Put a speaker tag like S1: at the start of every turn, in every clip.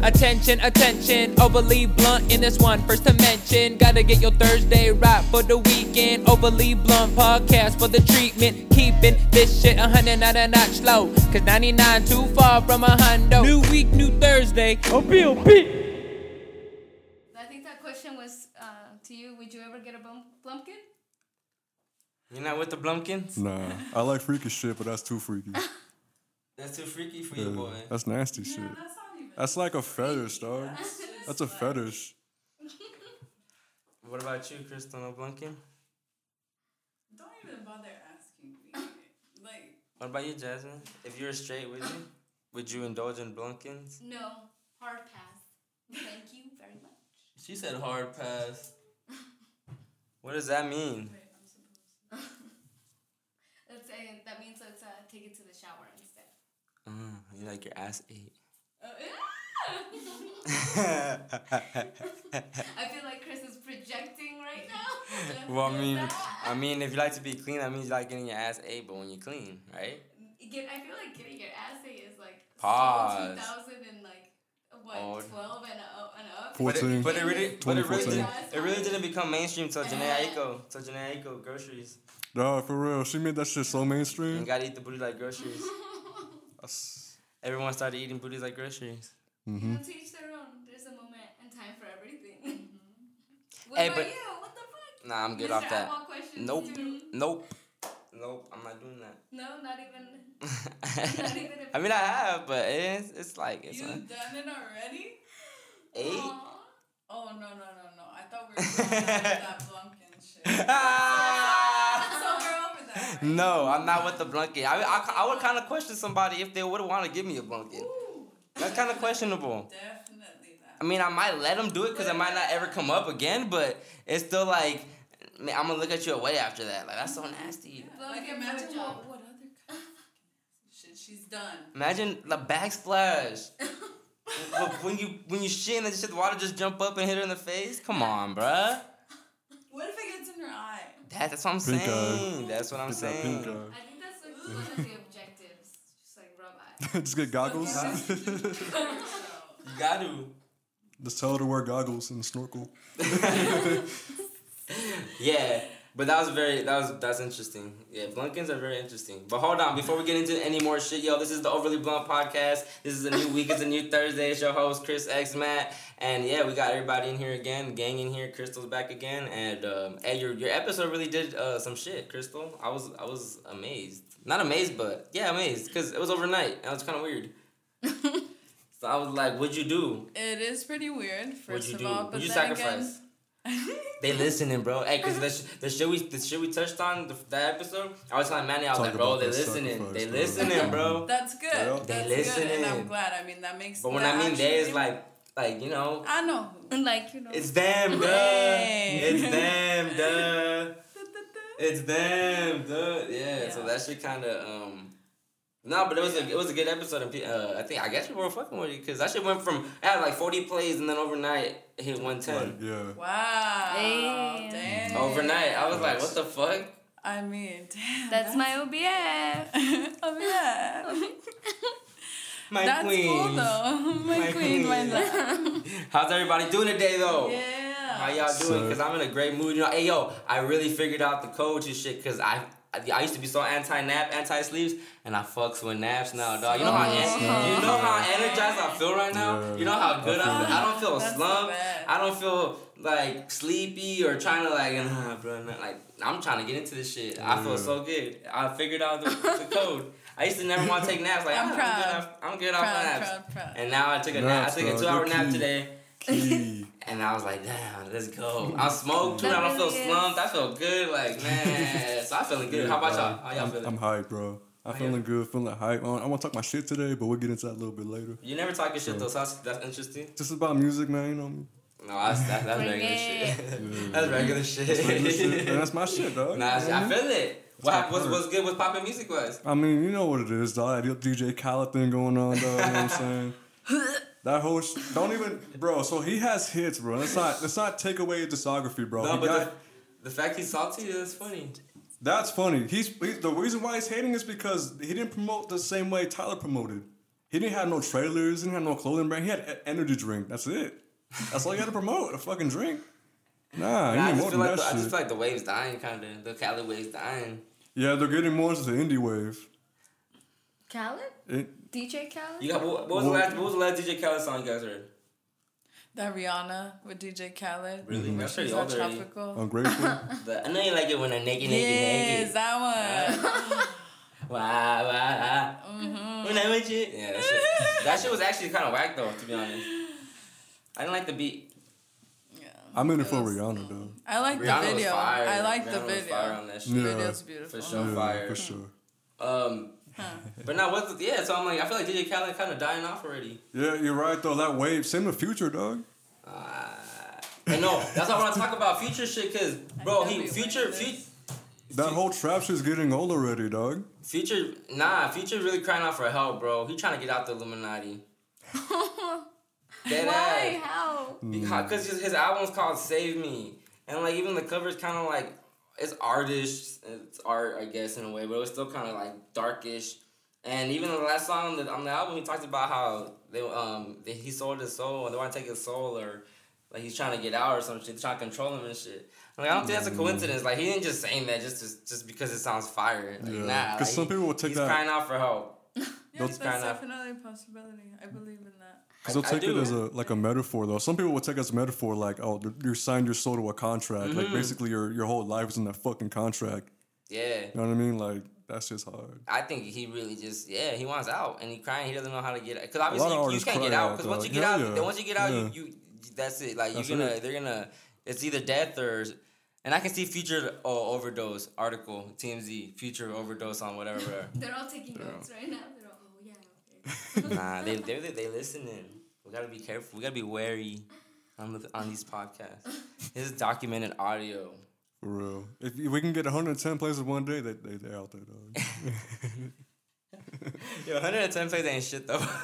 S1: Attention, attention, overly blunt in this one. First to mention, gotta get your Thursday right for the weekend. Overly blunt podcast for the treatment. Keeping this shit 100 not a notch low. Cause 99 too far from a hundo. New week, new Thursday.
S2: I think that question was uh, to you. Would you ever get a bum- plumpkin?
S3: You're not with the Blumpkins?
S4: Nah, I like freaky shit, but that's too freaky.
S3: That's too freaky for you, boy.
S4: That's nasty shit. That's like a fetish, dog. That's a fetish.
S3: What about you, Crystal? No Blumpkin?
S5: Don't even bother asking me. Like,
S3: What about you, Jasmine? If you were straight, would you? Would you indulge in Blumpkins?
S2: No, hard pass. Thank you very much.
S3: She said hard pass. What does that mean?
S2: Let's say that means let's uh, take it to the shower instead.
S3: Uh, you like your ass ate.
S2: Oh, I feel like Chris is projecting right now.
S3: well, I
S2: Feel
S3: mean,
S2: that.
S3: I mean, if you like to be clean, that means you like getting your ass ate. But when you're clean, right?
S2: Get- I feel like getting your assay is like so
S3: Pause.
S2: 2000 and like what
S3: Oh.
S2: 12 and, uh, and up.
S4: But it- Fourteen.
S3: But it really, but it really,
S4: 2014.
S3: didn't, it really didn't become mainstream till Janae Aiko, till Janae Aiko groceries.
S4: Dog, for real. She made that shit so
S3: And
S4: mainstream.
S3: gotta eat the booty like groceries.
S4: That's-
S3: Everyone started eating booties like groceries.
S5: Mm-hmm.
S2: Well, to each their own. There's a moment and time for everything. what
S3: Mm-hmm. Hey,
S2: about
S3: but-
S2: you? What the fuck?
S3: Nah, I'm good
S2: Mr.
S3: off that.
S2: Eyeball questions
S3: Nope,
S2: too.
S3: nope, nope. I'm not doing that.
S2: No, not even. even if-
S3: I mean, I have, but it's it's like it's.
S5: you
S3: Like,
S5: done it already?
S3: eight.
S2: Aw.
S5: Oh, no, no, no, no. I thought we were going down to that Blumpkin shit. So
S3: Ah!
S5: we're over that, right?
S3: No, I'm not with the blanket. I I, I would kind of question somebody if they would want to give me a blanket. That's kind of questionable.
S5: Definitely
S3: I
S5: that.
S3: mean, I might let them do it because it might not ever come up again, but it's still like, man, I'm gonna look at you away after that. Like that's so nasty.
S5: Like,
S2: Blumpkin
S5: imagine
S2: blowjob.
S5: what, what other kind of shit she's done.
S3: Imagine the backsplash. But when you when you shit and that shit, the water just jump up and hit her in the face. Come on, bruh.
S5: What if it gets in her eye?
S3: That, that's what I'm
S4: Pink eye.
S3: saying. That's what I'm
S4: Get that pink
S3: saying.
S4: eye.
S2: I think that's like one of the objectives. Just like rub eyes.
S4: Just get goggles.
S3: You got to.
S4: Just tell her to wear goggles and snorkel.
S3: Yeah, but that was very that was that's interesting. Yeah, Blumpkins are very interesting. But hold on, before we get into any more shit, yo, this is the Overly Blunt podcast. This is a new week. It's a new Thursday. It's your host Chris X Matt, and yeah, we got everybody in here again. Gang in here. Crystal's back again, and um, hey, your your episode really did uh, some shit, Crystal. I was I was amazed. Not amazed, but yeah, amazed because it was overnight and it was kind of weird. so I was like, "What'd you do?
S5: It is pretty weird,
S3: What'd
S5: first
S3: you
S5: of
S3: do?
S5: all. But
S3: What'd you
S5: then
S3: sacrifice?"
S5: Again,
S3: They
S4: Mm-hmm.
S3: listening, bro. Hey, cause the, sh- the shit we the shit we touched on the, that episode, I was telling Manny, I was
S4: Talk
S3: like, bro,
S4: about
S3: they
S4: that
S3: listening,
S4: sacrifice,
S3: they
S4: bro.
S3: listening, bro.
S5: That's good.
S4: Well,
S3: They
S5: That's good, and
S3: listening.
S5: I'm glad. I mean, that makes.
S3: But when
S5: that
S3: I mean
S5: actually-
S3: they, it's like, like you know,
S5: I know. who. Like you know.
S3: it's them, duh.
S5: Hey.
S3: It's them, duh. It's them, duh. Yeah. So
S5: Yeah.
S3: that shit kind of um. No, but it was a it was a good episode. Of, pe- uh, I think I guess people were fucking with it because that shit went from I had like forty plays and then overnight it hit one
S4: Like,
S3: ten.
S4: yeah.
S5: wow.
S6: Damn.
S5: Damn.
S3: Overnight, I was like, what the fuck?
S5: I mean, damn.
S6: That's my OBF.
S5: oh yeah.
S3: My
S5: That's
S3: queen.
S5: cool though. My,
S3: My
S5: queen, my
S3: queen.
S5: love.
S3: How's everybody doing today though? How
S5: Yeah.
S3: y'all doing?
S4: Sir.
S3: Because I'm in a great mood. You know, hey yo, I really figured out the codes and shit. Cause I, I, I used to be so anti nap, anti sleeps, and I fucks with naps now, dog. You know how en- you know how energized I feel right now.
S4: Yeah.
S3: You know how good I feel. I don't feel
S5: That's the
S3: slumped.
S5: best.
S3: I don't feel like sleepy or trying to like nah, bro. Nah, like I'm trying to get into this shit. I feel
S4: Yeah.
S3: so good. I figured out the, the code. I used to never want to take naps. Like
S5: I'm
S3: ah,
S5: proud.
S3: good off- I'm good off
S5: Proud,
S3: naps.
S5: proud, proud.
S3: And now I took a nap. I
S4: Naps,
S3: took a
S4: dog.
S3: two hour
S4: You're
S3: nap
S4: cute.
S3: today.
S4: Key.
S3: And I was like, damn, let's go. I smoked too.
S6: That
S3: I don't feel
S6: really is.
S3: slumped. I feel good. Like, man. so I'm feeling good. How about y'all? How y'all
S4: I'm,
S3: feeling?
S4: I'm hype, bro. I'm
S3: How
S4: feeling
S3: y'all-
S4: good, feeling hype. I want to talk my shit today, but we'll get into that a little bit later.
S3: you never talking shit though, so that's, that's interesting.
S4: Just about music, man. You know me.
S3: No, that's, that, that's
S6: Bring
S3: regular
S6: it.
S3: shit. that's regular
S4: Mm. Regular shit. Man,
S3: shit.
S4: That's Mm-hmm. my shit, dog.
S3: nah,
S4: You know
S3: I
S4: me?
S3: feel it. What
S4: my
S3: hap- what's,
S4: perk.
S3: what's good with popping music wise?
S4: I mean, you know what it is, dog. That DJ Khaled thing going on, dog. You know what I'm saying? That whole sh- don't even, bro. So he has hits, bro. Let's not let's not take away his discography, bro.
S3: No,
S4: He
S3: but
S4: got-
S3: the, the fact he's salty, that's funny.
S4: that's funny. He's, he's the reason why he's hating is because he didn't promote the same way Tyler promoted. He didn't have no trailers. He didn't have no clothing brand. He had e- energy drink. That's it. That's all you had to promote. A fucking drink.
S3: Nah,
S4: Nah, you
S3: I,
S4: need
S3: just feel
S4: more than
S3: like
S4: that
S3: the, I
S4: shit.
S3: just feel like the wave's dying, kind of. The Cali wave's dying.
S4: yeah, they're getting more into the indie wave.
S2: Khaled?
S4: It,
S2: DJ Khaled?
S3: You got what, what was the
S4: Well-
S3: last? What was the last DJ Khaled song you guys heard?
S5: That Rihanna with DJ Khaled.
S3: Really?
S4: Mm-hmm.
S3: That's pretty
S5: She's
S3: old
S5: all
S3: already.
S5: tropical.
S4: ungrateful.
S3: The- I know you like it when I naked, naked,
S5: Yes,
S3: naked.
S5: that one.
S3: Wow, wow,
S5: Mm-hmm.
S3: wow. When I with you. Yeah, that shit. that shit was actually kind of whack though, to be honest. I didn't like the beat.
S4: I'm in it for Rihanna though.
S5: I like
S3: Rihanna
S5: the video.
S3: was fire.
S5: I like
S3: Rihanna
S5: the
S3: was fire on
S5: video.
S3: that shit.
S5: The
S4: Yeah.
S5: video's beautiful.
S3: For sure. On
S4: yeah,
S3: fire.
S4: for sure.
S3: Um, but now what's the, yeah? So I'm like, I feel like DJ Khaled kind of dying off already.
S4: Yeah, you're right though. That wave, same with Future, dog.
S3: Uh, and no, that's not what I talk about. Future shit, cause bro,
S5: know
S3: he
S5: we
S3: future
S5: went this.
S3: future.
S4: That whole trap shit's getting old already, dog.
S3: Future, nah, Future really crying out for help, bro. He trying to get out the Illuminati. Dead
S2: Why?
S3: ass.
S2: How?
S4: Mm.
S3: Because his, his album's called Save Me. And, like, even the cover's kind of like, it's artish. It's art, I guess, in a way, but it was still kind of, like, darkish. And even the last song on the, on the album, he talked about how they um that he sold his soul and they want to take his soul or like he's trying to get out or some shit, trying to control him and shit. Like I don't think that's a
S4: Mm.
S3: coincidence. Like he didn't just saying that just to, just because it sounds fire. Like,
S4: Yeah.
S3: Nah,
S4: 'Cause
S3: like,
S4: some people will take
S3: he's
S4: that-
S3: crying out for help.
S5: Yeah, that's
S3: kinda-
S5: definitely a possibility. I believe in that.
S4: Because they'll
S3: I- I
S4: take it
S3: do.
S4: as a like a metaphor, though. Some people will take it as a metaphor, like, oh, th- you signed your soul to a contract.
S3: Mm-hmm.
S4: Like, basically, your your whole life is in that fucking contract.
S3: Yeah.
S4: You know what I mean? Like, that's just hard.
S3: I think he really just yeah he wants out and he crying he doesn't know how to get out because
S4: lot of
S3: obviously you, you
S4: artists
S3: can't
S4: cry
S3: get out
S4: out,
S3: because once
S4: dog.
S3: you get
S4: Hell
S3: out
S4: yeah.
S3: then once you get out
S4: Yeah.
S3: you, you that's it like
S4: That's
S3: you're gonna
S4: it.
S3: they're gonna it's either death or and I can see future oh, overdose article TMZ future overdose on whatever. whatever.
S2: They're all taking notes right now. They're all, oh yeah. okay."
S3: nah they they they they listening we gotta be careful we gotta be wary on the, on these podcasts this is documented audio
S4: For real. If you- we can get 110 plays in one day, they, they, they're out there, dog.
S3: yo 110 plays ain't shit though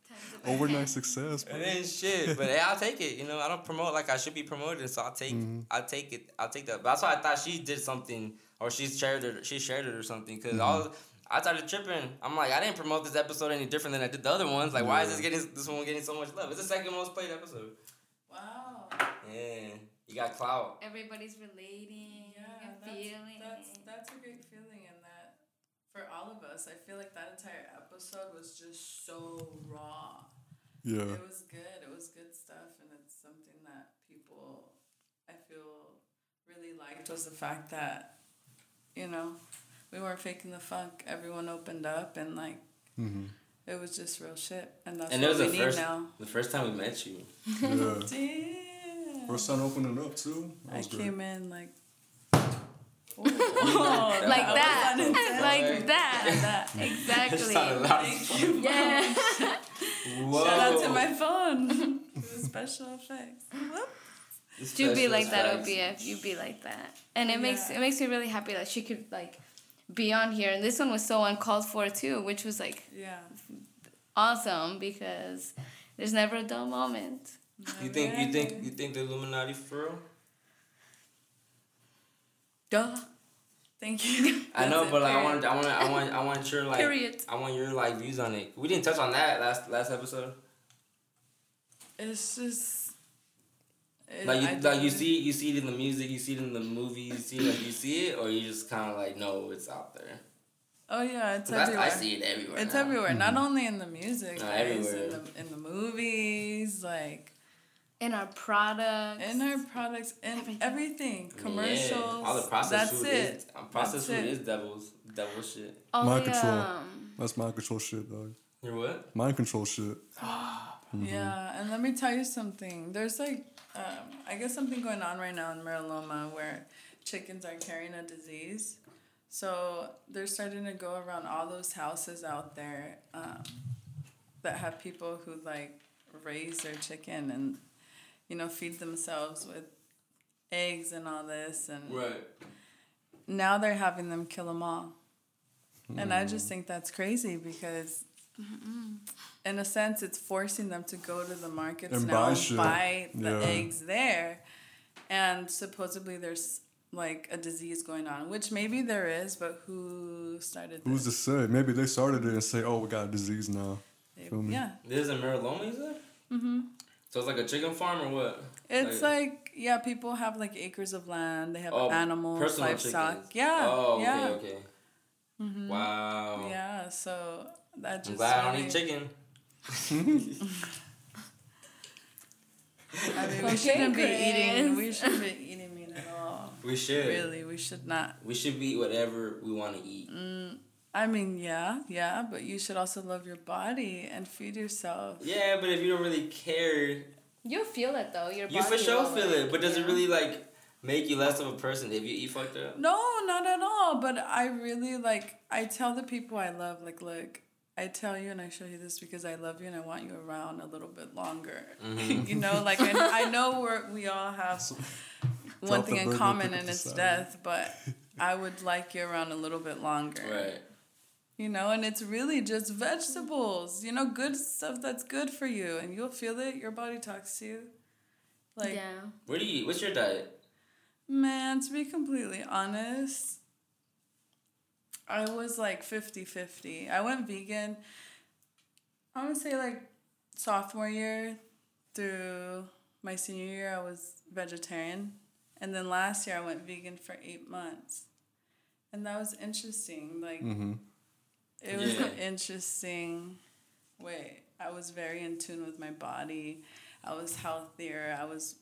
S2: Times of
S4: Overnight success, bro.
S3: It ain't shit, but hey, I'll take it. You know, I don't promote like I should be promoted, so I'll take, I'll take it, I'll take that. But that's why I thought she did something, or she's shared it, she shared it or something, because all I started tripping. I'm like, I didn't promote this episode any different than I did the other ones. Like, why is this getting this one getting so much love? It's the second most played episode.
S5: Wow.
S3: Yeah, you got clout.
S2: Everybody's relating
S5: Yeah,
S2: and
S5: that's,
S2: feeling.
S5: that's that's a great feeling in that for all of us. I feel like that entire episode was just so raw.
S4: Yeah.
S5: It was good. It was good stuff, and it's something that people, I feel, really liked was the fact that, you know, we weren't faking the funk. Everyone opened up, and like, it was just real shit, and that's
S3: And it
S5: what
S3: was the
S5: we need
S3: first,
S5: now.
S3: the first time we met you.
S4: Yeah.
S5: Damn.
S4: First time opening up, too. That
S5: I
S4: was great.
S5: came in like.
S6: Like that.
S3: Alright.
S6: like that.
S5: that.
S6: Exactly.
S3: sounded loud.
S6: Yeah.
S3: Whoa.
S5: Shout out to my phone. It was special effects. Whoop.
S3: This
S6: you be
S3: special
S6: like that,
S3: effects.
S6: OBF. You be like that, and it makes
S5: Yeah.
S6: it makes me really happy that she could like be on here. And this one was so uncalled for too, which was like
S5: Yeah.
S6: awesome because there's never a dull moment.
S3: You think you think you think the Illuminati for real?
S6: Duh.
S5: Thank you.
S3: I know,
S5: That's it.
S3: but like, I want, I want, I want, I want your like,
S6: Period.
S3: I want your like views on it. We didn't touch on that last last episode.
S5: It's just. It,
S3: Like,
S5: I
S3: you, like you
S5: don't-
S3: see, it, you see it in the music, you see it in the movies, you see, it, like, you see it, or you just kind of like, no, it's out there.
S5: Oh yeah, it's
S3: 'Cause that's-
S5: everywhere.
S3: I see it everywhere.
S5: It's
S3: now.
S5: everywhere. Not only in the music,
S3: No,
S5: but it's in
S3: everywhere.
S5: the in the movies, like
S6: In our products.
S5: in our products, in everything, commercials.
S3: Yeah. All the processed
S5: That's
S3: food
S5: it.
S3: is um, processed
S5: That's
S3: food
S5: it.
S3: is devil's devil shit.
S6: all
S4: Mind
S6: the,
S4: control.
S6: um,
S4: That's mind control shit, dog.
S3: You what?
S4: Mind control shit.
S5: Yeah, and let me tell you something. There's like, um, I guess something going on right now in Mariloma where chickens are carrying a disease. So they're starting to go around all those houses out there um, that have people who like raise their chicken and, you know, feed themselves with eggs and all this. And
S3: Right.
S5: now they're having them kill them all. And I
S4: Hmm.
S5: just think that's crazy because,
S3: Mm-hmm.
S5: in a sense, it's forcing them to go to the markets
S4: And
S5: now
S4: buy
S5: and
S4: shit.
S5: buy the
S4: Yeah.
S5: eggs there. And supposedly there's like a disease going on, which maybe there is, but who started
S4: Who's to
S5: this?
S4: say? Maybe they started it and say, "Oh, we got a disease now."
S5: They-
S4: Feel me?
S5: Yeah,
S3: This is in Mariloma, you said?
S5: hmm
S3: So it's like a chicken farm or what?
S5: it's
S3: Like-
S5: like yeah, people have like acres of land. They have
S3: uh, Oh,
S5: animals,
S3: personal
S5: livestock.
S3: chickens.
S5: Yeah,
S3: Oh, okay,
S5: yeah,
S3: okay.
S5: Mm-hmm.
S3: Wow.
S5: yeah. So that just
S3: I'm glad I don't
S5: really-
S3: eat chicken.
S5: I mean, we
S6: Okay,
S5: shouldn't be eating.
S6: Chris.
S5: We shouldn't be eating meat at all.
S3: We should.
S5: Really, we should not.
S3: We should be whatever we want to eat.
S6: Mm.
S5: I mean, yeah, yeah, but you should also love your body and feed yourself.
S3: Yeah, but if you don't really care,
S6: You feel it though. Your
S3: you
S6: body
S3: for sure
S6: will,
S3: feel it.
S6: like,
S3: But does
S6: yeah.
S3: it really like make you less of a person if you eat fucked up?
S5: No, not at all. But I really like. I tell the people I love, like, look, I tell you and I show you this because I love you and I want you around a little bit longer.
S4: Mm-hmm.
S5: you know, like I, I know we're, we all have one
S4: Drop
S5: thing
S4: the
S5: in
S4: burden,
S5: common
S4: put it
S5: and it's
S4: aside.
S5: death, but I would like you around a little bit longer.
S3: Right.
S5: You know, and it's really just vegetables. You know, good stuff that's good for you, and you'll feel it. Your body talks to you. Like,
S6: yeah.
S3: What do you eat? What's your diet?
S5: Man, to be completely honest, I was like 50 50. I went vegan, I want to say like sophomore year through my senior year, I was vegetarian. And then last year, I went vegan for eight months. And that was interesting. Like, it was
S3: Yeah.
S5: an interesting way. I was very in tune with my body. I was healthier. I was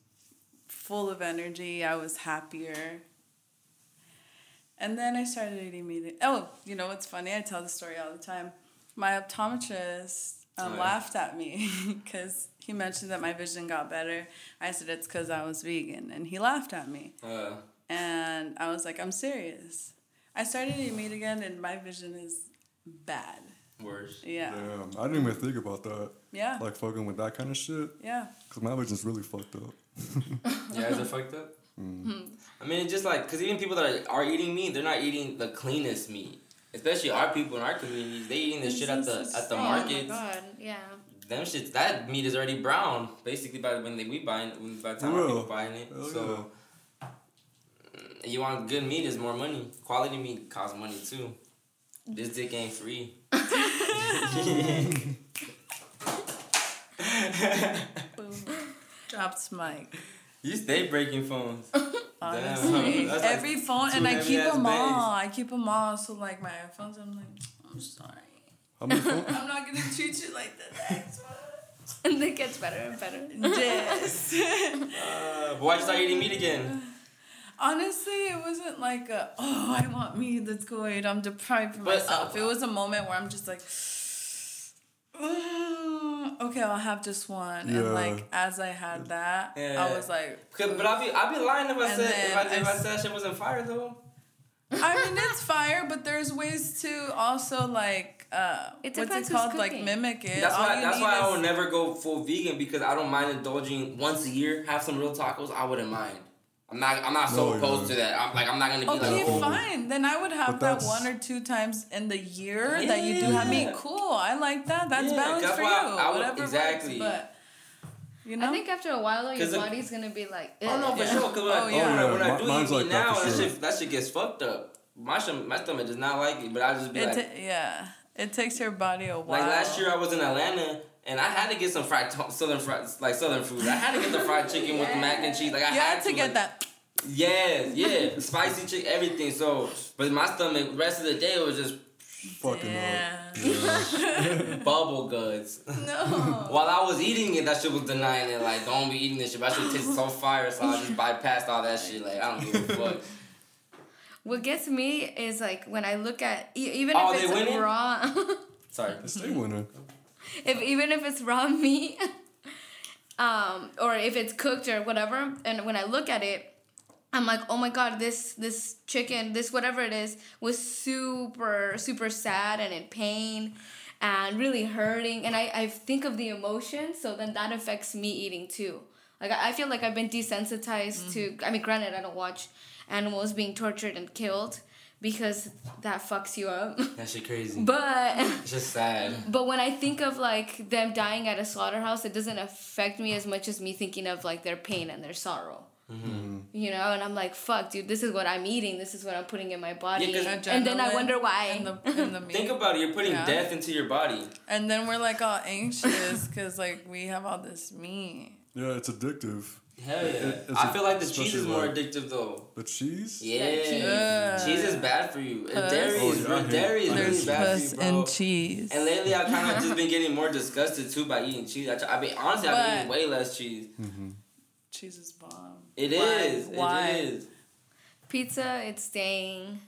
S5: full of energy. I was happier. And then I started eating meat. Oh, you know what's funny? I tell the story all the time. My optometrist um,
S3: Oh, yeah.
S5: laughed at me because he mentioned that my vision got better. I said it's because I was vegan, and he laughed at me.
S3: Uh,
S5: And I was like, I'm serious. I started eating meat again, and my vision is bad.
S3: worse.
S5: Yeah.
S4: Damn, I didn't even think about that.
S5: Yeah.
S4: Like fucking with that kind of shit,
S5: Yeah.
S4: cause my vision's really fucked up.
S3: Yeah, is it fucked up?
S6: Hmm.
S3: I mean, it's just like because even people that are, are eating meat, they're not eating the cleanest meat. Especially our people in our communities, they eating this shit at the at the
S6: Oh my
S3: markets.
S6: god. Yeah.
S3: Them shits, that meat is already brown basically by when they, we buying when- by the time
S4: For
S3: our
S4: real?
S3: people buying it.
S4: Hell
S3: so you want good meat is more money. Quality meat costs money too. This dick ain't free.
S5: Boom. Dropped mic.
S3: You stay breaking phones.
S5: Honestly,
S3: that's like
S5: every phone, and
S3: two
S5: I
S3: heavy
S5: keep
S3: ass
S5: them
S3: bags.
S5: all. I keep them all. So like my iPhones, I'm like, I'm sorry.
S4: How many phone-
S5: I'm not gonna treat you like the next one.
S6: And it gets better and better.
S5: Yes.
S3: Uh, but why you start eating meat again?
S5: Honestly, it wasn't like a oh I want meat. Let's go eat. I'm deprived for
S3: But, uh,
S5: myself. it was a moment where I'm just like. "Mm, Okay, I'll have just one.
S4: Yeah.
S5: And like as I had that,
S3: Yeah.
S5: I was like,
S3: 'Cause- But I'd be I'd be lying if I
S5: And
S3: said if I,
S5: then
S3: if I
S5: I s-
S3: said that shit wasn't fire though.
S5: I mean, it's fire, but there's ways to also like uh,
S6: It
S5: what's
S6: depends
S5: it
S6: who's
S5: called? Like
S6: cooking.
S5: mimic it.
S3: That's
S5: All
S3: why.
S5: you
S3: That's
S5: need
S3: why I
S5: is-
S3: will never go full vegan because I don't mind indulging once a year. Have some real tacos. I wouldn't mind. I'm not. I'm not so
S4: No,
S3: opposed
S4: yeah.
S3: to that. I'm like. I'm not gonna be like.
S5: Okay,
S3: Oh,
S5: fine. Then I would have
S4: But
S5: that
S4: that's-
S5: one or two times in the year that you do have meat.
S3: Yeah.
S5: Cool. I like that. That's
S3: Yeah,
S5: balance
S3: that's
S5: for
S3: why
S5: you.
S3: I would-
S5: Whatever
S3: exactly.
S5: Works, but you know,
S6: I think after a while though, your
S3: 'Cause it-
S6: body's gonna be like.
S3: I don't know for
S5: Yeah.
S3: sure. Cause when, I-
S5: Oh,
S3: when
S5: yeah.
S3: I-
S4: Oh, yeah.
S3: when I
S4: Mi-
S3: do
S4: mine's
S3: eat meat
S4: like that
S3: now,
S4: for
S3: that
S4: sure.
S3: shit that shit gets fucked up. My stom- my stomach does not like it, but I just be
S5: it
S3: like.
S5: ta- yeah, it takes your body a while.
S3: Like last year, I was in Atlanta. And I had to get some fried to- southern fried like southern food. I had to get the fried chicken with the mac and cheese. Like I
S5: you had to
S3: like-
S5: get that.
S3: Yes, yeah, spicy chick, everything. So, but my stomach, rest of the day, it was just
S4: fucking uh,
S5: Yeah.
S3: bubble guts.
S5: No.
S3: While I was eating it, that shit was denying it. Like, don't be eating this shit. But that shit tastes so fire, so I just bypassed all that shit. Like, I don't give a fuck.
S6: What gets me is like when I look at e- even
S3: Oh,
S6: if
S3: they win
S6: it's
S3: it?
S6: raw,
S3: Sorry.
S4: up. Stay winning.
S6: if even if it's raw meat, um, or if it's cooked or whatever, and when I look at it, I'm like, oh my god, this this chicken, this whatever it is, was super super sad and in pain, and really hurting, and I I think of the emotion, so then that affects me eating too. Like I I feel like I've been desensitized to. I mean, granted, I don't watch animals being tortured and killed because that fucks you up,
S3: That shit crazy.
S6: but.
S3: It's just sad.
S6: But when I think of like them dying at a slaughterhouse, it doesn't affect me as much as me thinking of like their pain and their sorrow.
S3: Mm-hmm.
S6: You know, and I'm like, fuck, dude, this is what I'm eating. This is what I'm putting in my body.
S3: Yeah, 'cause-
S6: and then I wonder why.
S5: And, the, and, the meat.
S3: Think about it. You're putting
S5: Yeah.
S3: death into your body.
S5: and then we're like all anxious because like we have all this meat.
S4: Yeah, it's addictive.
S3: Hell yeah.
S4: It- it's
S3: I
S4: a-
S3: feel like the cheese
S4: especially
S3: is more
S4: like-
S3: addictive though.
S4: But cheese?
S3: Yeah.
S6: cheese.
S5: Ugh.
S3: Cheese is bad for you. And
S5: Puss.
S3: dairy
S4: Oh,
S3: is
S4: yeah, I
S3: real-
S4: hate-
S3: dairy is
S4: I
S3: really
S5: There's
S4: hate
S3: bad for
S5: puss
S3: you, bro.
S5: and cheese.
S3: And lately, I kind of just been getting more disgusted too by eating cheese. I, tr- I mean, honestly, I've been eating
S5: But-
S3: way less cheese.
S5: cheese is bomb.
S3: It
S5: Why?
S3: is.
S5: Why?
S3: It is.
S6: pizza, it's staying.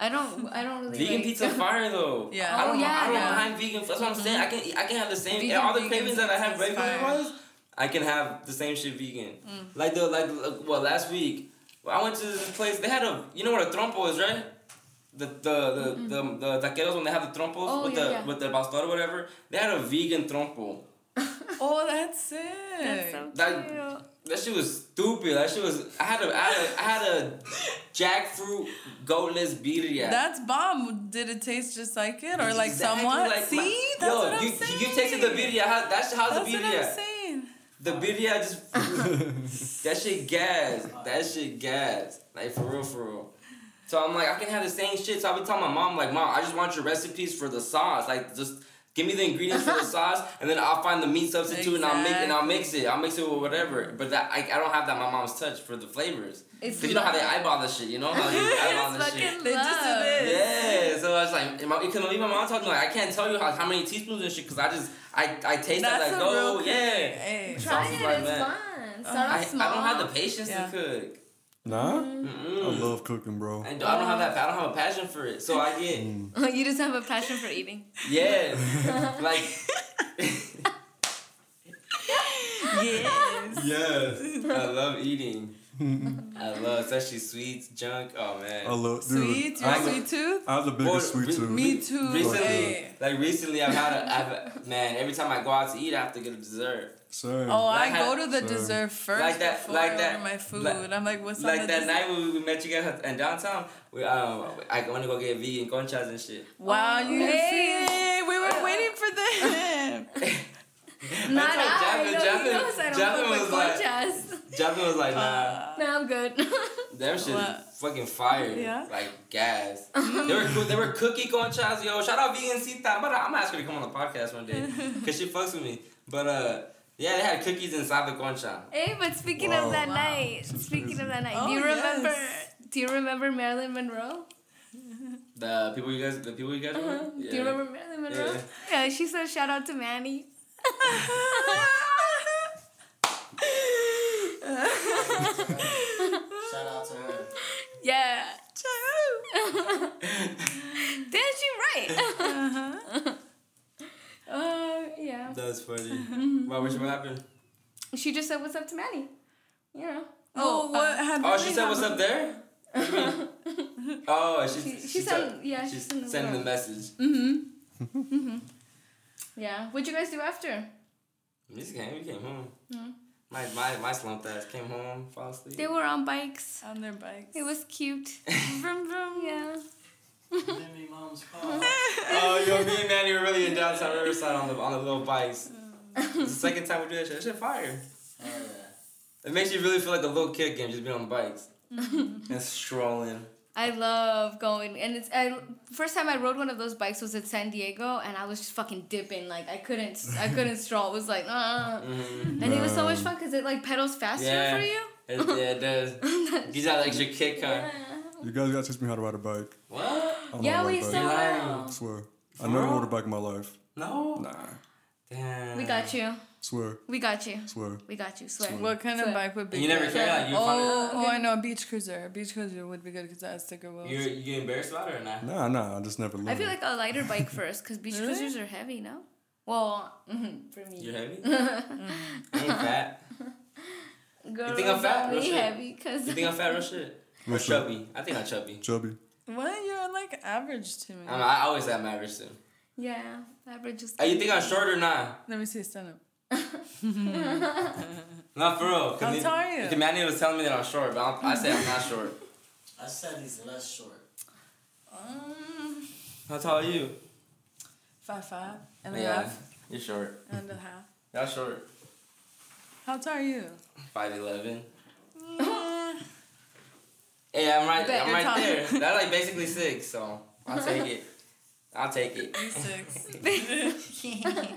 S6: I don't. I don't really.
S3: Vegan
S6: like-
S3: pizza fire though.
S5: Yeah.
S3: I
S6: Oh,
S3: don't.
S6: yeah,
S3: I don't
S6: yeah.
S3: mind vegan. That's what I'm saying. I can. I can have the same.
S5: Vegan-
S3: all the
S5: vegan
S3: cravings that I have
S5: pizza is
S3: regularly
S5: fire.
S3: was, I can have the same shit vegan. Like the like like, well last week, well, I went to this place. They had a. You know what a trompo is, right? The the the the, the, taqueros when they have the trompos
S6: Oh,
S3: with
S6: yeah,
S3: the
S6: yeah.
S3: with the pastor or whatever. They had a vegan trompo.
S5: Oh, that's sick.
S6: That's so cute.
S3: That- That shit was stupid. That shit was. I had a. I had a, I had a jackfruit goatless birria.
S5: That's bomb. Did it taste just like it, or like
S3: Exactly
S5: somewhat?
S3: like my-
S5: See, that's
S3: yo,
S5: what I'm
S3: you,
S5: saying.
S3: You tasted the birria. How, that's how's
S5: That's
S3: the
S5: what I'm
S3: birria.
S5: saying.
S3: The birria just that shit gas. That shit gas. Like for real, for real. So I'm like, I can have the same shit. So I be telling my mom, like, mom, I just want your recipes for the sauce. Like, just give me the ingredients for the sauce, and then I'll find the meat substitute and I'll mix and I'll mix it. I'll mix it with whatever. But that I, I don't have that my mom's touch for the flavors.
S6: It's
S3: Cause you know how they
S6: love.
S3: eyeball the shit. You know how you eyeball the
S6: It's
S3: shit.
S6: fucking
S5: They just do
S6: love.
S3: Yeah,
S5: this.
S3: so I was like, and my, because my mom told me like I can't tell you how, how many teaspoons and shit because I just I I taste that
S5: That's
S3: like
S5: a real
S3: oh
S5: cooking
S3: yeah.
S5: Hey.
S6: Try
S3: Sounds
S6: it.
S3: like
S6: It's
S3: that.
S6: fun. Start
S3: I, I
S6: off
S3: don't
S6: small.
S3: have the patience
S5: Yeah.
S3: to cook.
S4: Nah? I
S3: Mm-mm.
S4: love cooking, bro.
S3: I don't, I don't have that. I don't have a passion for it. So I get
S6: you just have a passion for eating.
S3: yes, like
S5: Yes.
S3: yes. I love eating. I love especially sweets, junk. Oh man.
S4: Mm. I love, dude.
S5: Sweet,
S4: I
S5: your
S4: have,
S5: sweet tooth.
S4: the- I have the biggest
S3: Or-
S4: sweet tooth.
S5: Me too.
S3: Recently,
S5: Hey.
S3: like recently, I've had a I've, man. Every time I go out to eat, I have to get a dessert.
S4: Same.
S5: Oh,
S3: Like
S5: I
S3: how-
S5: go to the
S4: So-
S5: dessert first
S3: Like that-
S5: before
S3: like
S5: I
S3: that-
S5: order my food.
S3: like-
S5: I'm like, what's on
S3: Like
S5: the
S3: that
S5: dessert?
S3: night when we met you guys in downtown, we um, I want to go get vegan conchas and shit.
S5: Wow, you
S6: Oh, Hey.
S5: see, we
S3: Uh,
S5: were waiting for them.
S6: Not
S3: That's what
S6: I.
S3: Jasmine-
S6: no,
S3: Jasmine-
S6: you knows I don't
S3: Jasmine
S6: fuck with Uh,
S3: was like-
S6: conchas.
S3: Jasmine was like, nah,
S6: No, I'm good.
S3: them shit is
S5: what?
S3: fucking fire.
S5: Yeah?
S3: Like gas. they
S5: Mm-hmm.
S6: Um,
S3: were cool. They were cookie conchas, yo. Shout out vegan Sita. I'm gonna I'm gonna ask her to come on the podcast one day because she fucks with me. But uh, yeah, they had cookies inside the concha.
S6: hey, Eh, but speaking
S4: Wow.
S6: of that
S5: Wow.
S6: night,
S4: This is
S6: speaking
S4: crazy.
S6: of that night,
S5: Oh,
S6: do you remember?
S5: yes.
S6: Do you remember Marilyn Monroe?
S3: The people you guys, the people you guys. were with?
S6: Uh-huh.
S3: Yeah.
S6: Do you remember Marilyn Monroe? Yeah, she said shout out to Manny.
S7: Shout out to her.
S6: Yeah. Did she right? uh, yeah.
S3: That's funny. Why? What, what happened?
S6: She just said what's up to Manny. You know.
S5: oh, what
S6: uh,
S5: had
S3: Oh,
S5: really
S3: she said what's up
S5: happened?
S3: there. What do you mean? oh, she,
S6: She- she
S3: she
S6: sent-
S3: told-
S6: yeah, she
S3: she's
S6: sent the
S3: sending the
S6: word.
S3: message.
S6: yeah. What'd you guys do after? Mm-hmm.
S3: We just came, we came home. My my my slumped ass came home, fall asleep.
S6: They were on bikes.
S5: On their bikes.
S6: It was cute. vroom vroom. Yeah.
S7: Jimmy Mom's car.
S3: Oh, yo, me and Manny were really in downtown Riverside on the on the little bikes. It's the second time we do that shit. That shit fire.
S6: Oh,
S7: Hell
S3: It makes you really feel like a little kid again, just being on bikes
S6: Mm-hmm.
S3: and strolling.
S6: I love going, and it's I first time I rode one of those bikes was at San Diego, and I was just fucking dipping, like I couldn't, I couldn't stroll. It was like, uh, and it was so much fun because it like pedals faster
S3: Yeah.
S6: for you.
S3: It, Mm-hmm. yeah, it does. Gives that extra kick, huh?
S4: You guys gotta teach me how to ride a bike.
S3: What?
S4: I don't know
S6: Yeah,
S4: how to
S6: we
S4: ride a
S6: so
S4: bike.
S3: Wow.
S6: were.
S4: swear. I never
S3: real?
S4: rode a bike in my life.
S3: No.
S4: Nah.
S3: Damn.
S6: We got you.
S4: Swear.
S6: We got you.
S4: Swear.
S6: We got you. Swear.
S5: What kind
S6: So-
S5: of bike would be
S3: You never
S5: good?
S3: carry out. You
S5: Oh,
S6: Okay.
S5: oh, I know. a Beach cruiser. A Beach cruiser would be good because it has thicker wheels.
S3: find you you embarrassed about it or not?
S4: Nah, nah. I just never lived.
S6: I feel
S4: it.
S6: like a lighter bike first because beach
S5: Really?
S6: cruisers are heavy, no? Well, mm-hmm, for me.
S3: You're heavy. I ain't fat.
S6: Girl,
S3: You think I'm fat? Real
S6: Me
S3: shit.
S6: heavy because
S3: You think I'm fat? Real shit. Or
S4: Real shit.
S3: chubby. I think I'm chubby.
S4: Chubby.
S5: What? You're like average to me.
S3: I'm, I always have my wrist.
S6: yeah, average is.
S3: Hey, Uh, you think I'm short or not?
S5: Let me see a stand up.
S3: Not for real. 'cause
S5: How
S3: he-
S5: tall are you?
S3: The man was telling me that I'm short, but I'm, I say I'm not short.
S7: yeah. I said he's less short.
S5: Um,
S3: How tall are you?
S5: five five and a
S3: Yeah,
S5: half
S3: you're short.
S5: and a half.
S3: Y'all short.
S5: How tall are you?
S3: Five eleven.
S6: What?
S3: Yeah, I'm right.
S6: Bet
S3: I'm
S6: your
S3: right
S6: time.
S3: there. That's like basically six, so I'll take it. I'll take it.
S5: Six.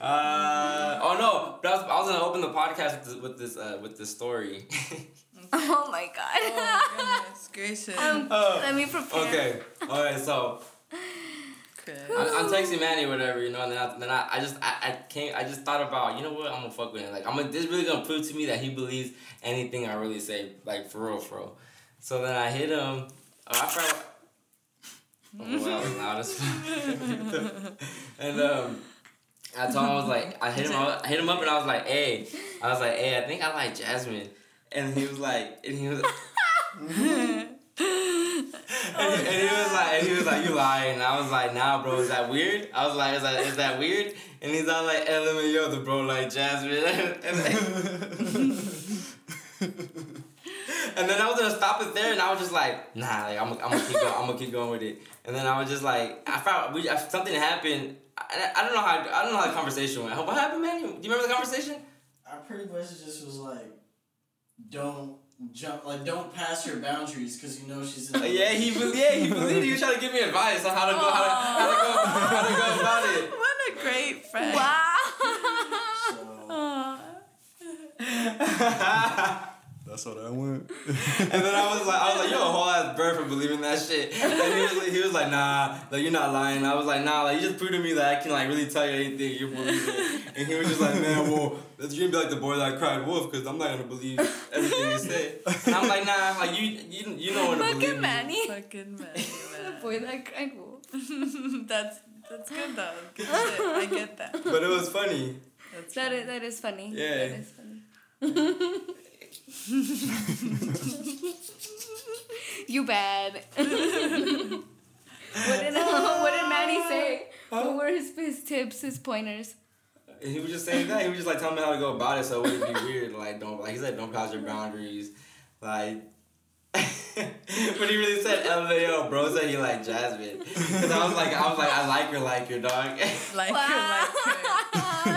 S3: Uh, oh no! But I was, I was gonna open the podcast with this with this, uh, with this story.
S6: Oh my god.
S5: Oh, goodness gracious.
S6: Um,
S3: Oh.
S6: Let me prepare.
S3: okay. All right. So
S5: Chris.
S3: I'm, I'm texting Manny, whatever, you know. And then I, then I, I just I, I came I just thought about you know what I'm gonna fuck with him. Like I'm gonna, this really gonna prove to me that he believes anything I really say. Like for real, for real. So then I hit him. Oh, I forgot. Oh, boy, that was loud as fuck. and um, I told him I was like I hit him up, I hit him up and I was like, hey, I was like, hey, I think I like Jasmine. And he was like, and he was. And, he- and he was like, and he was like, you lying. And I was like, nah, bro, is that weird? I was like, is that, is that weird? And he's all like, LMAO, the bro like Jasmine. and, and then I was gonna stop it there, and I was just like, nah, like I'm, I'm gonna keep going, I'm gonna keep going with it. And then I was just like, I found we, something happened. I, I don't know how I don't know how the conversation went. What happened, man? Do you remember the conversation?
S7: I pretty much just was like, don't jump, like don't pass your boundaries because you know she's in.
S3: Uh, Yeah, he was. Yeah, he believed he was trying to give me advice on how to go, how to, how to go, how to go about it.
S5: What a great friend.
S6: Wow.
S7: So
S4: That's how that went.
S3: And then I was like, I was like, you're a whole ass bird for believing that shit. And he was, like- he was like, nah, like you're not lying. I was like, nah, like you just proved to me that I can like really tell you anything. You're believing. And he was just like, man, well, that's- you're gonna be like the boy that cried wolf because I'm not gonna believe everything you say. And I'm like, nah, like you, you, you know what to
S6: Look
S3: believe.
S6: at
S3: me.
S6: Manny.
S5: Fucking man.
S6: Boy, that crank wolf.
S5: man. that's that's good though. Good shit. I get that.
S3: But it was funny.
S5: That's
S6: That
S5: fine.
S6: is, that is funny.
S3: Yeah.
S6: That is funny. you bad. what did what did Manny say? What were his, his tips, his pointers?
S3: And he was just saying that. He was just like telling me how to go about it, so it wouldn't be weird. Like don't like he said, don't cross your boundaries. Like, but he really said LMAO, bro. Said he like Jasmine, because I was like, I was like, I like her, like your dog.
S5: like her,
S6: Wow.
S5: like her.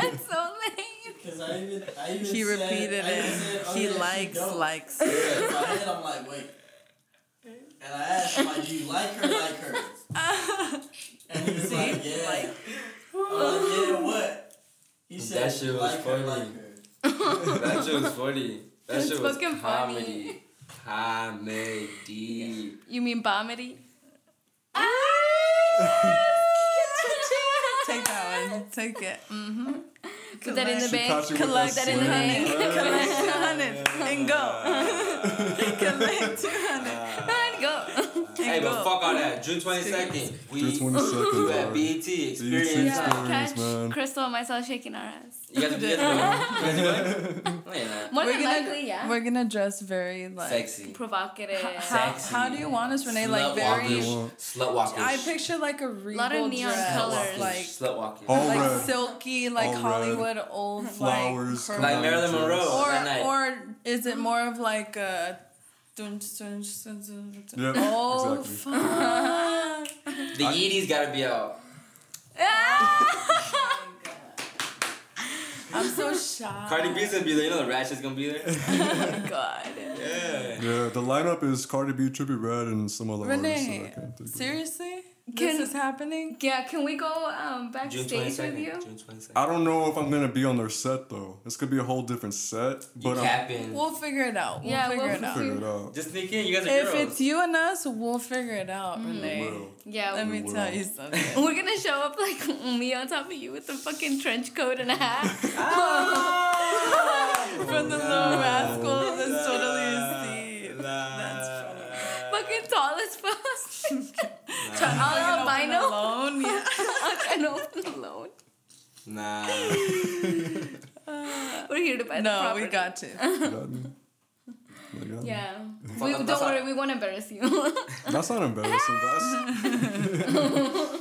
S6: That's so lame.
S7: because I even I even
S5: He
S7: said,
S5: repeated
S7: I even said,
S5: it.
S7: oh,
S5: He
S7: yeah, she
S5: likes
S7: dope.
S5: likes.
S7: Yeah, in my head, I'm like, wait. And I asked him, like, do you like her, like her? And he was
S5: See?
S7: like, yeah.
S5: Like-
S7: I'm like, yeah, what? He said,
S3: That shit was
S7: like her,
S3: funny.
S7: like her.
S3: that shit was funny. That
S6: That's
S3: shit was
S6: fucking
S3: comedy.
S6: funny.
S3: Comedy.
S6: You mean comedy? Ah!
S5: Take that one. Take it. Mm-hmm.
S6: Put that in the
S4: She caught
S6: bank.
S4: you with
S5: Collect
S6: that in the
S4: slam.
S6: bank.
S5: Collect 200 and go. Collect 200
S6: Go.
S3: Hey,
S5: and
S3: but
S5: go.
S3: fuck all that. June twenty second,
S4: June
S3: we
S4: 22nd.
S3: you at
S4: dog.
S3: BET experience.
S4: Yeah.
S3: night.
S6: Catch
S4: man.
S6: Crystal and myself shaking our ass.
S3: You guys, you guys, going? you guys going? No, you're not.
S6: More
S5: We're
S6: than
S5: gonna-
S6: likely, yeah.
S5: We're gonna dress very like.
S3: Sexy.
S6: provocative.
S5: How, how do you want us, Renee? Like very.
S4: walking.
S3: Slut walking.
S5: I picture like a regal
S6: neon
S5: dress,
S6: colors.
S5: like
S3: slut walking.
S4: All
S5: like
S4: red.
S5: silky, like
S4: All red.
S5: Hollywood old
S4: Flowers.
S5: like,
S4: come
S5: curly-
S3: Like Marilyn
S4: out to us.
S3: Monroe.
S5: or
S3: that night.
S5: or is it more of like a? Dun, dun, dun, dun, dun.
S4: Yep,
S5: oh
S4: exactly.
S5: fuck!
S3: the Yeeties gotta be out.
S5: I'm so shy.
S3: Cardi B's gonna be there. You know the Ratchet's gonna be there.
S5: Oh my God.
S3: Yeah.
S4: Yeah, the lineup is Cardi B, Trippie Red, and some other artists. that I
S5: Renee,
S4: can't think of.
S5: seriously?
S6: Can-
S5: this is happening?
S6: yeah, can we go um,
S3: June
S6: backstage with
S3: 22nd.
S6: you?
S3: June 22nd.
S4: I don't know if I'm gonna be on their set though. This could be a whole different set,
S3: You
S4: but I'm
S3: capping.
S5: We'll figure it out. We'll
S6: Yeah,
S5: figure
S6: we'll
S5: it out.
S6: figure-
S4: figure it out.
S3: Just sneak in. You guys are
S5: If
S3: girls.
S5: it's you and us, we'll figure it out, Renee.
S4: Will.
S6: Yeah.
S5: Let
S6: we-
S5: me
S4: will.
S5: tell you something.
S6: We're gonna show up like me on top of you with a fucking trench coat and a hat.
S5: From the little rascal, that's totally Steve. That's funny.
S6: fucking tall as fuck.
S5: Trying to
S6: All
S5: fucking open
S6: albino.
S5: Alone, yeah.
S6: I can open alone.
S3: Nah.
S6: We're here to buy the
S5: No,
S6: property.
S5: we got to.
S4: You got me. You got me.
S6: Yeah.
S4: Mm-hmm.
S6: We,
S3: Fuck,
S6: don't
S3: that's
S6: worry,
S3: all-
S6: we won't embarrass you.
S4: That's not embarrassing. That's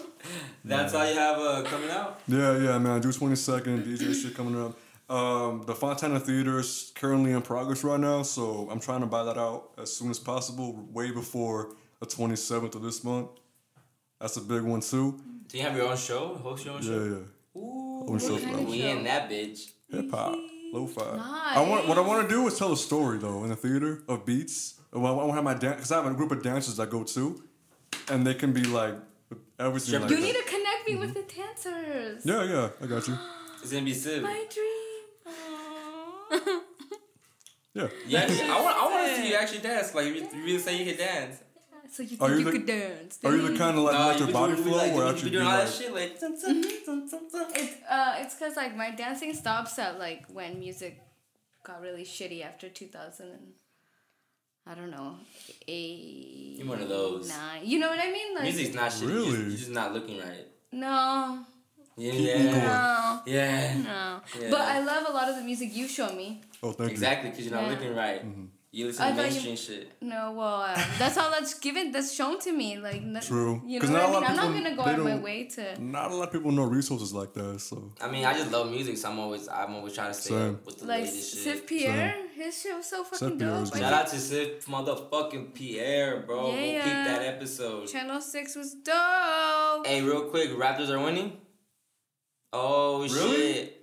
S3: That's all you have uh, coming out.
S4: yeah, yeah, man. June twenty second, DJ shit coming up. Um, the Fontana Theater is currently in progress right now, so I'm trying to buy that out as soon as possible, way before the twenty seventh of this month. That's a big one too.
S3: Do you have your own show? Host your own
S4: Yeah,
S3: show?
S4: yeah.
S3: Ooh.
S4: Own show,
S6: kind
S4: bro.
S6: of
S3: We in that bitch.
S4: hip hop, lo-fi. I want what I want to do is tell a story though in the theater of beats Well, I want to have my dance because I have a group of dancers I go to, and they can be like everything. Like
S6: You
S4: that.
S6: need to connect me with the dancers.
S4: yeah, yeah, I got you.
S3: It's gonna be sick.
S6: My dream. Aw.
S4: Yeah.
S3: Yeah, I want. I want to see you actually dance. Like you you really say you can dance.
S6: so you
S4: Are
S6: think you,
S4: you the-
S6: could dance?
S4: Are you the kind of like
S3: Mm. Nah,
S4: let your
S3: you
S4: body
S3: be doing-
S4: flow
S3: like,
S4: or
S3: you be
S4: actually be
S3: doing all
S4: like?
S3: that shit like. mm-hmm. dun, dun, dun, dun, dun.
S6: It's uh, it's cause like my dancing stops at like when music got really shitty after two thousand and I don't know eight.
S3: You're one of those.
S6: Nine. You know what I mean? Like
S3: Music's not shit. Really?
S4: Really?
S3: You're just not looking right.
S6: no,
S3: Yeah.
S4: going.
S3: Yeah.
S6: no,
S3: yeah.
S6: no.
S3: Yeah.
S6: But I love a lot of the music you show me.
S4: Oh, thank
S3: Exactly, because you're not
S6: Yeah.
S3: looking right.
S4: Mm-hmm.
S3: You listen
S6: I
S3: to
S6: thought you-
S3: mainstream shit.
S6: No, well, uh, that's all that's given, that's shown to me. Like n-
S4: True.
S6: You
S4: 'Cause
S6: know
S4: not
S6: what
S4: a
S6: I mean?
S4: lot of
S6: I'm not
S4: people-
S6: gonna go
S4: they
S6: out of my
S4: don't-
S6: way to.
S4: you. Not a lot of people know resources like that, so
S3: I mean, I just love music, so I'm always, I'm always trying to stay
S4: Same.
S3: up with the
S6: Like
S3: latest shit.
S6: Sif Pierre, his shit was so fucking
S4: Pierre was
S6: dope. I
S4: dope.
S3: Shout out to Sif, motherfucking Pierre, bro. Go peep
S6: Yeah.
S3: that episode.
S6: Channel Six was dope.
S3: Hey, real quick, Raptors are winning. Oh shit.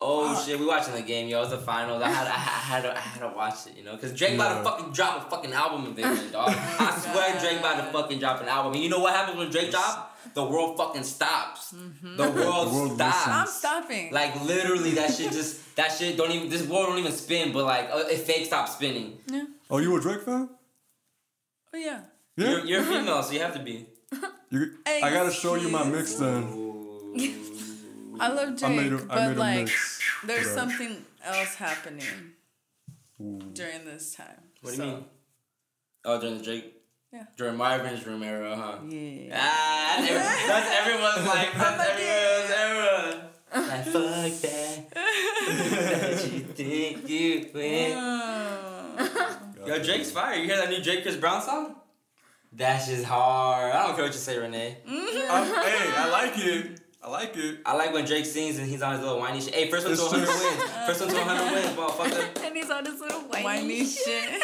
S3: Oh shit, we watching the game, yo. It's the finals. I had, I had, I had, to, I had to watch it, you know, because Drake about
S4: Yeah.
S3: to fucking drop a fucking album eventually, dog. I swear, Drake about to fucking drop an album. And you know what happens when Drake drop? The world fucking stops. The world,
S4: Mm-hmm. The world
S5: I'm
S3: stops.
S5: stopping.
S3: Like literally, that shit just that shit don't even this world don't even spin, but like uh, it fake stops spinning.
S5: yeah.
S4: Oh, you a Drake fan?
S5: Oh yeah.
S4: Yeah.
S3: You're, you're female, so you have to be.
S4: You- I gotta show you my mix then.
S5: I love Drake,
S4: I made a,
S5: but
S4: I made a
S5: like
S4: mix.
S5: there's
S4: Yeah.
S5: something else happening
S4: Ooh.
S5: during this time.
S3: What do you mean? Oh, during the Drake.
S5: Yeah.
S3: During Marvin's room era, huh?
S5: mean? Yeah.
S3: Ah, that's, every, that's everyone's like, that's everyone's, everyone. Like, fuck that. that you think you win. Yo, Drake's fire. You hear that new Drake Chris Brown song? That's just hard. I don't care what you say, Renee.
S4: I, hey, I like it. I like it.
S3: I like when Drake sings and he's on his little whiny shit. Hey, first one to
S4: It's
S3: 100
S4: just-
S3: wins. First one to 100 wins, motherfucker.
S6: and he's on his little whiny,
S5: Whiny
S6: shit.
S5: shit.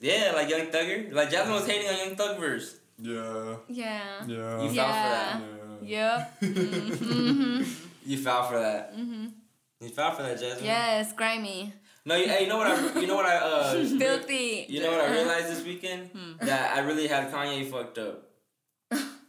S3: Yeah, like Young Thugger. Like, Jasmine was hating on Young Thug verse.
S4: Yeah.
S6: Yeah.
S4: Yeah.
S3: You
S4: Yeah.
S3: fell for that.
S6: Yeah. Yep.
S3: You fell for that. Mm-hmm. You fell for that, Jasmine.
S6: Yes, grimy,
S3: No, you, hey, you know what I, you know what I, uh,
S6: filthy.
S3: You know what I realized this weekend? That I really had Kanye fucked up.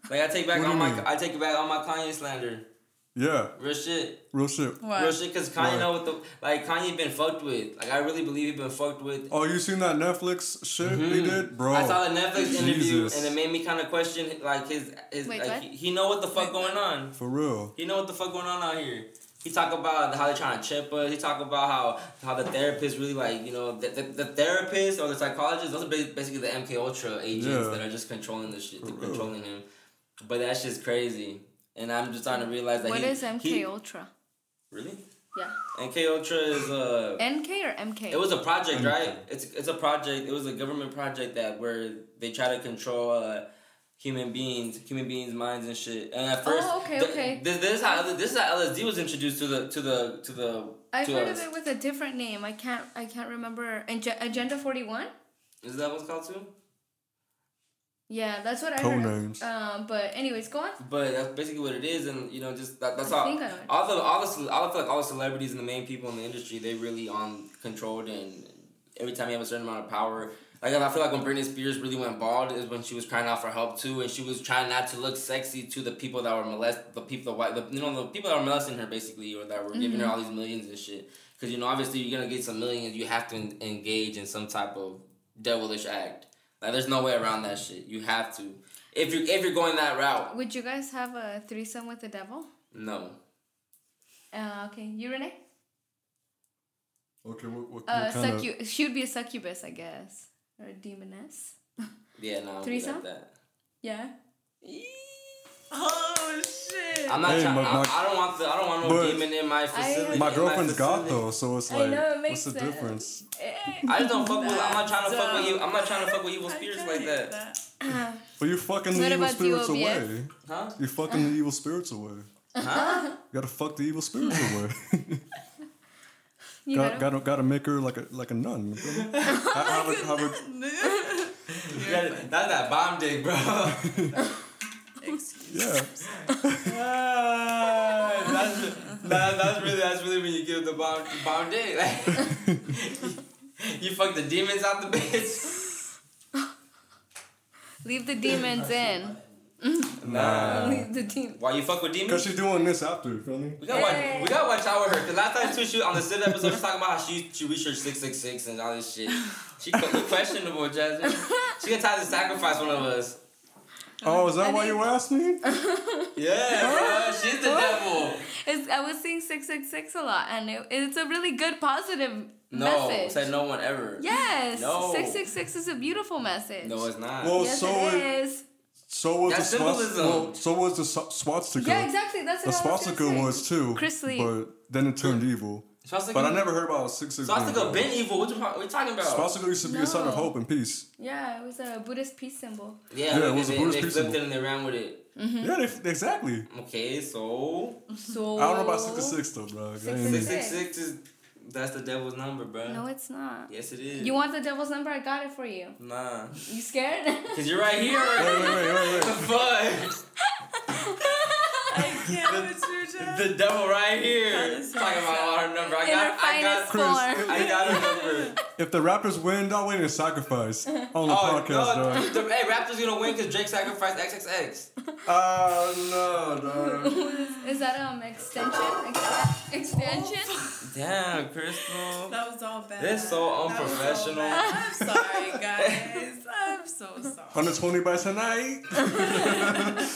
S3: Like I take back
S4: What do
S3: all
S4: you
S3: my
S4: mean?
S3: I take back all my Kanye slander.
S4: Yeah.
S3: Real shit.
S4: Real shit.
S3: Real
S5: What?
S3: shit cause Kanye
S4: Why?
S3: know what the like Kanye been fucked with. Like I really believe he been fucked with. Hmm.
S4: Oh, you seen that Netflix shit they did, bro?
S3: Mm-hmm. I saw the Netflix interview
S4: Jesus.
S3: and it made me kinda question like his his
S6: Wait,
S3: like
S6: what?
S3: he, he know what the fuck
S5: Wait,
S3: going on.
S4: For real.
S3: He know what the fuck going on out here. He talk about how they're trying to chip us. He talk about how how the therapist really like you know the, the, the therapist or the psychologist. Those are ba- basically the MK Ultra agents
S4: Yeah.
S3: that are just controlling this shit. They're
S4: real.
S3: controlling him. But that's just crazy. And I'm just trying to realize that
S6: Uh, What
S3: he,
S6: is MK
S3: he-
S6: Ultra?
S3: really
S6: Yeah.
S3: MK Ultra is uh
S6: NK or MK?
S3: it was a project,
S4: MK.
S3: right? It's it's a project. It was a government project that where they try to control uh, human beings, human beings' minds and shit. And at first,
S6: Oh, okay,
S3: th-
S6: okay.
S3: This, this is how this is how LSD was introduced to the to the to the.
S6: I've
S3: to
S6: heard
S3: us.
S6: of it with a different name. I can't. I can't remember. Ag- Agenda Forty One.
S3: Is that what it's called too?
S6: Yeah, that's what I
S4: Code
S6: heard.
S4: names.
S6: Um, but anyways, go on.
S3: But that's basically what it is, and you know, just that, that's
S6: I
S3: all.
S6: think I know.
S3: all the all the cele- all I feel like all the celebrities and the main people in the industry, they really on controlled, and every time you have a certain amount of power. Like I feel like when Britney Spears really went bald is when she was crying out for help too, and she was trying not to look sexy to the people that were molest, the people, the white, the you know, the people that were molesting her basically, or that were
S6: Mm-hmm.
S3: giving her all these millions and shit. Because you know, obviously, you're gonna get some millions, you have to en- engage in some type of devilish act. Like, there's no way around that shit. You have to. If you if you're going that route,
S6: Would you guys have a threesome with the devil?
S3: no.
S6: Uh, okay, you Renee.
S4: Okay, what, what,
S6: Uh,
S4: what kind of?
S6: succu- she would be a succubus, I guess, or a demoness.
S3: Yeah, no. I don't do
S6: Threesome?
S3: Like that.
S6: Yeah.
S5: Oh shit.
S3: I'm not
S4: Hey,
S3: trying.
S4: my- my-
S3: I, I don't want the. I don't want no
S4: But-
S3: demon in my facility.
S4: My
S3: in
S4: girlfriend's got
S3: facility.
S4: though, so it's
S6: I
S4: like,
S6: know, it
S4: what's
S6: makes
S4: the
S6: sense.
S4: difference? Eh,
S3: I just don't fuck with. I'm not trying to fuck with
S5: That's
S3: you. I'm not trying to fuck with evil
S5: I
S3: spirits
S5: can't
S3: like that.
S4: But you're fucking
S6: What
S4: the evil
S6: about
S4: spirits
S6: you, OBF?
S4: away.
S3: Huh?
S4: You're fucking
S6: Uh.
S4: the evil spirits away. You
S3: Huh?
S4: gotta fuck the evil spirits away.
S6: You
S4: gotta,
S6: got
S4: gotta gotta make her like a like a nun. you know? have, her- have her-
S3: You gotta- That's that bomb dick, bro.
S5: Excuse
S4: yeah.
S3: Ah, that's, that, that's really. That's really when you give the bomb bomb dick. you fuck the demons out the bitch.
S6: Leave the demons in.
S4: Nah.
S6: Leave the demons.
S3: Why you fuck with demons?
S4: Cause she's doing this after, you feel me?
S3: We gotta watch. We gotta watch out with her. Cause last time too, she on the sit episode, she's talking about how she she researched six six six and all this shit. She could be questionable, Jasmine. She gonna try to sacrifice one of us.
S4: Oh, is that why you
S6: Uh, think-
S4: asked me?
S3: Yeah, bro. She's the devil.
S6: It's, I was seeing 666 a lot, and it, it's a really good positive
S3: No,
S6: message.
S3: said no one ever.
S6: Yes,
S3: No.
S6: 666 is a beautiful message.
S3: No, it's not.
S4: Well,
S6: yes,
S4: Oh, so
S6: it
S4: it-
S6: is.
S4: So was
S3: That's
S4: the swast-
S3: symbolism.
S4: well, so was the swa- swastika.
S6: Yeah, exactly. That's
S4: The
S6: what I was gonna
S4: swastika
S6: say.
S4: was too.
S6: Chris Lee.
S4: But then it turned evil.
S3: Swastika,
S4: But I never heard about six six.
S3: Swastika been evil. What you, what you talking about?
S4: Swastika used to be a sign of
S6: No.
S4: hope and peace.
S6: Yeah, it was a Buddhist peace symbol.
S3: yeah,
S4: Yeah, it
S3: they-
S4: was a
S3: they,
S4: Buddhist
S3: they
S4: peace
S3: flipped it
S4: symbol.
S3: and they ran with it.
S6: Mm-hmm.
S4: Yeah, they, f- exactly.
S3: Okay, so
S6: So
S4: I don't know about six to six though, bro. That ain't
S3: six
S4: me.
S3: six six is that's the devil's number, bro.
S6: No, it's not.
S3: yes, it is.
S6: You want the devil's number? I got it for you.
S3: nah?
S6: You scared?
S3: Cause you're right here.
S4: Wait, wait, wait, wait,
S3: the
S4: wait.
S3: fuck?
S5: I can't with your job.
S3: The devil right here.
S5: That's
S3: Talking about all her number. I
S6: In her
S3: got. I
S6: finest
S3: got.
S4: Chris,
S6: form.
S3: I got her number.
S4: If the Raptors win, don't win and sacrifice on the
S3: Oh
S4: podcast,
S3: no!
S4: dog.
S3: The, hey, Raptors gonna win because Drake sacrificed XXX.
S4: Oh no, dog.
S6: Is that um extension? Ex- extension?
S4: Oh,
S3: Damn, Crystal.
S5: That was all bad.
S3: This so
S5: That was
S3: unprofessional.
S5: bad. I'm sorry, guys. I'm so sorry.
S4: 120 by tonight.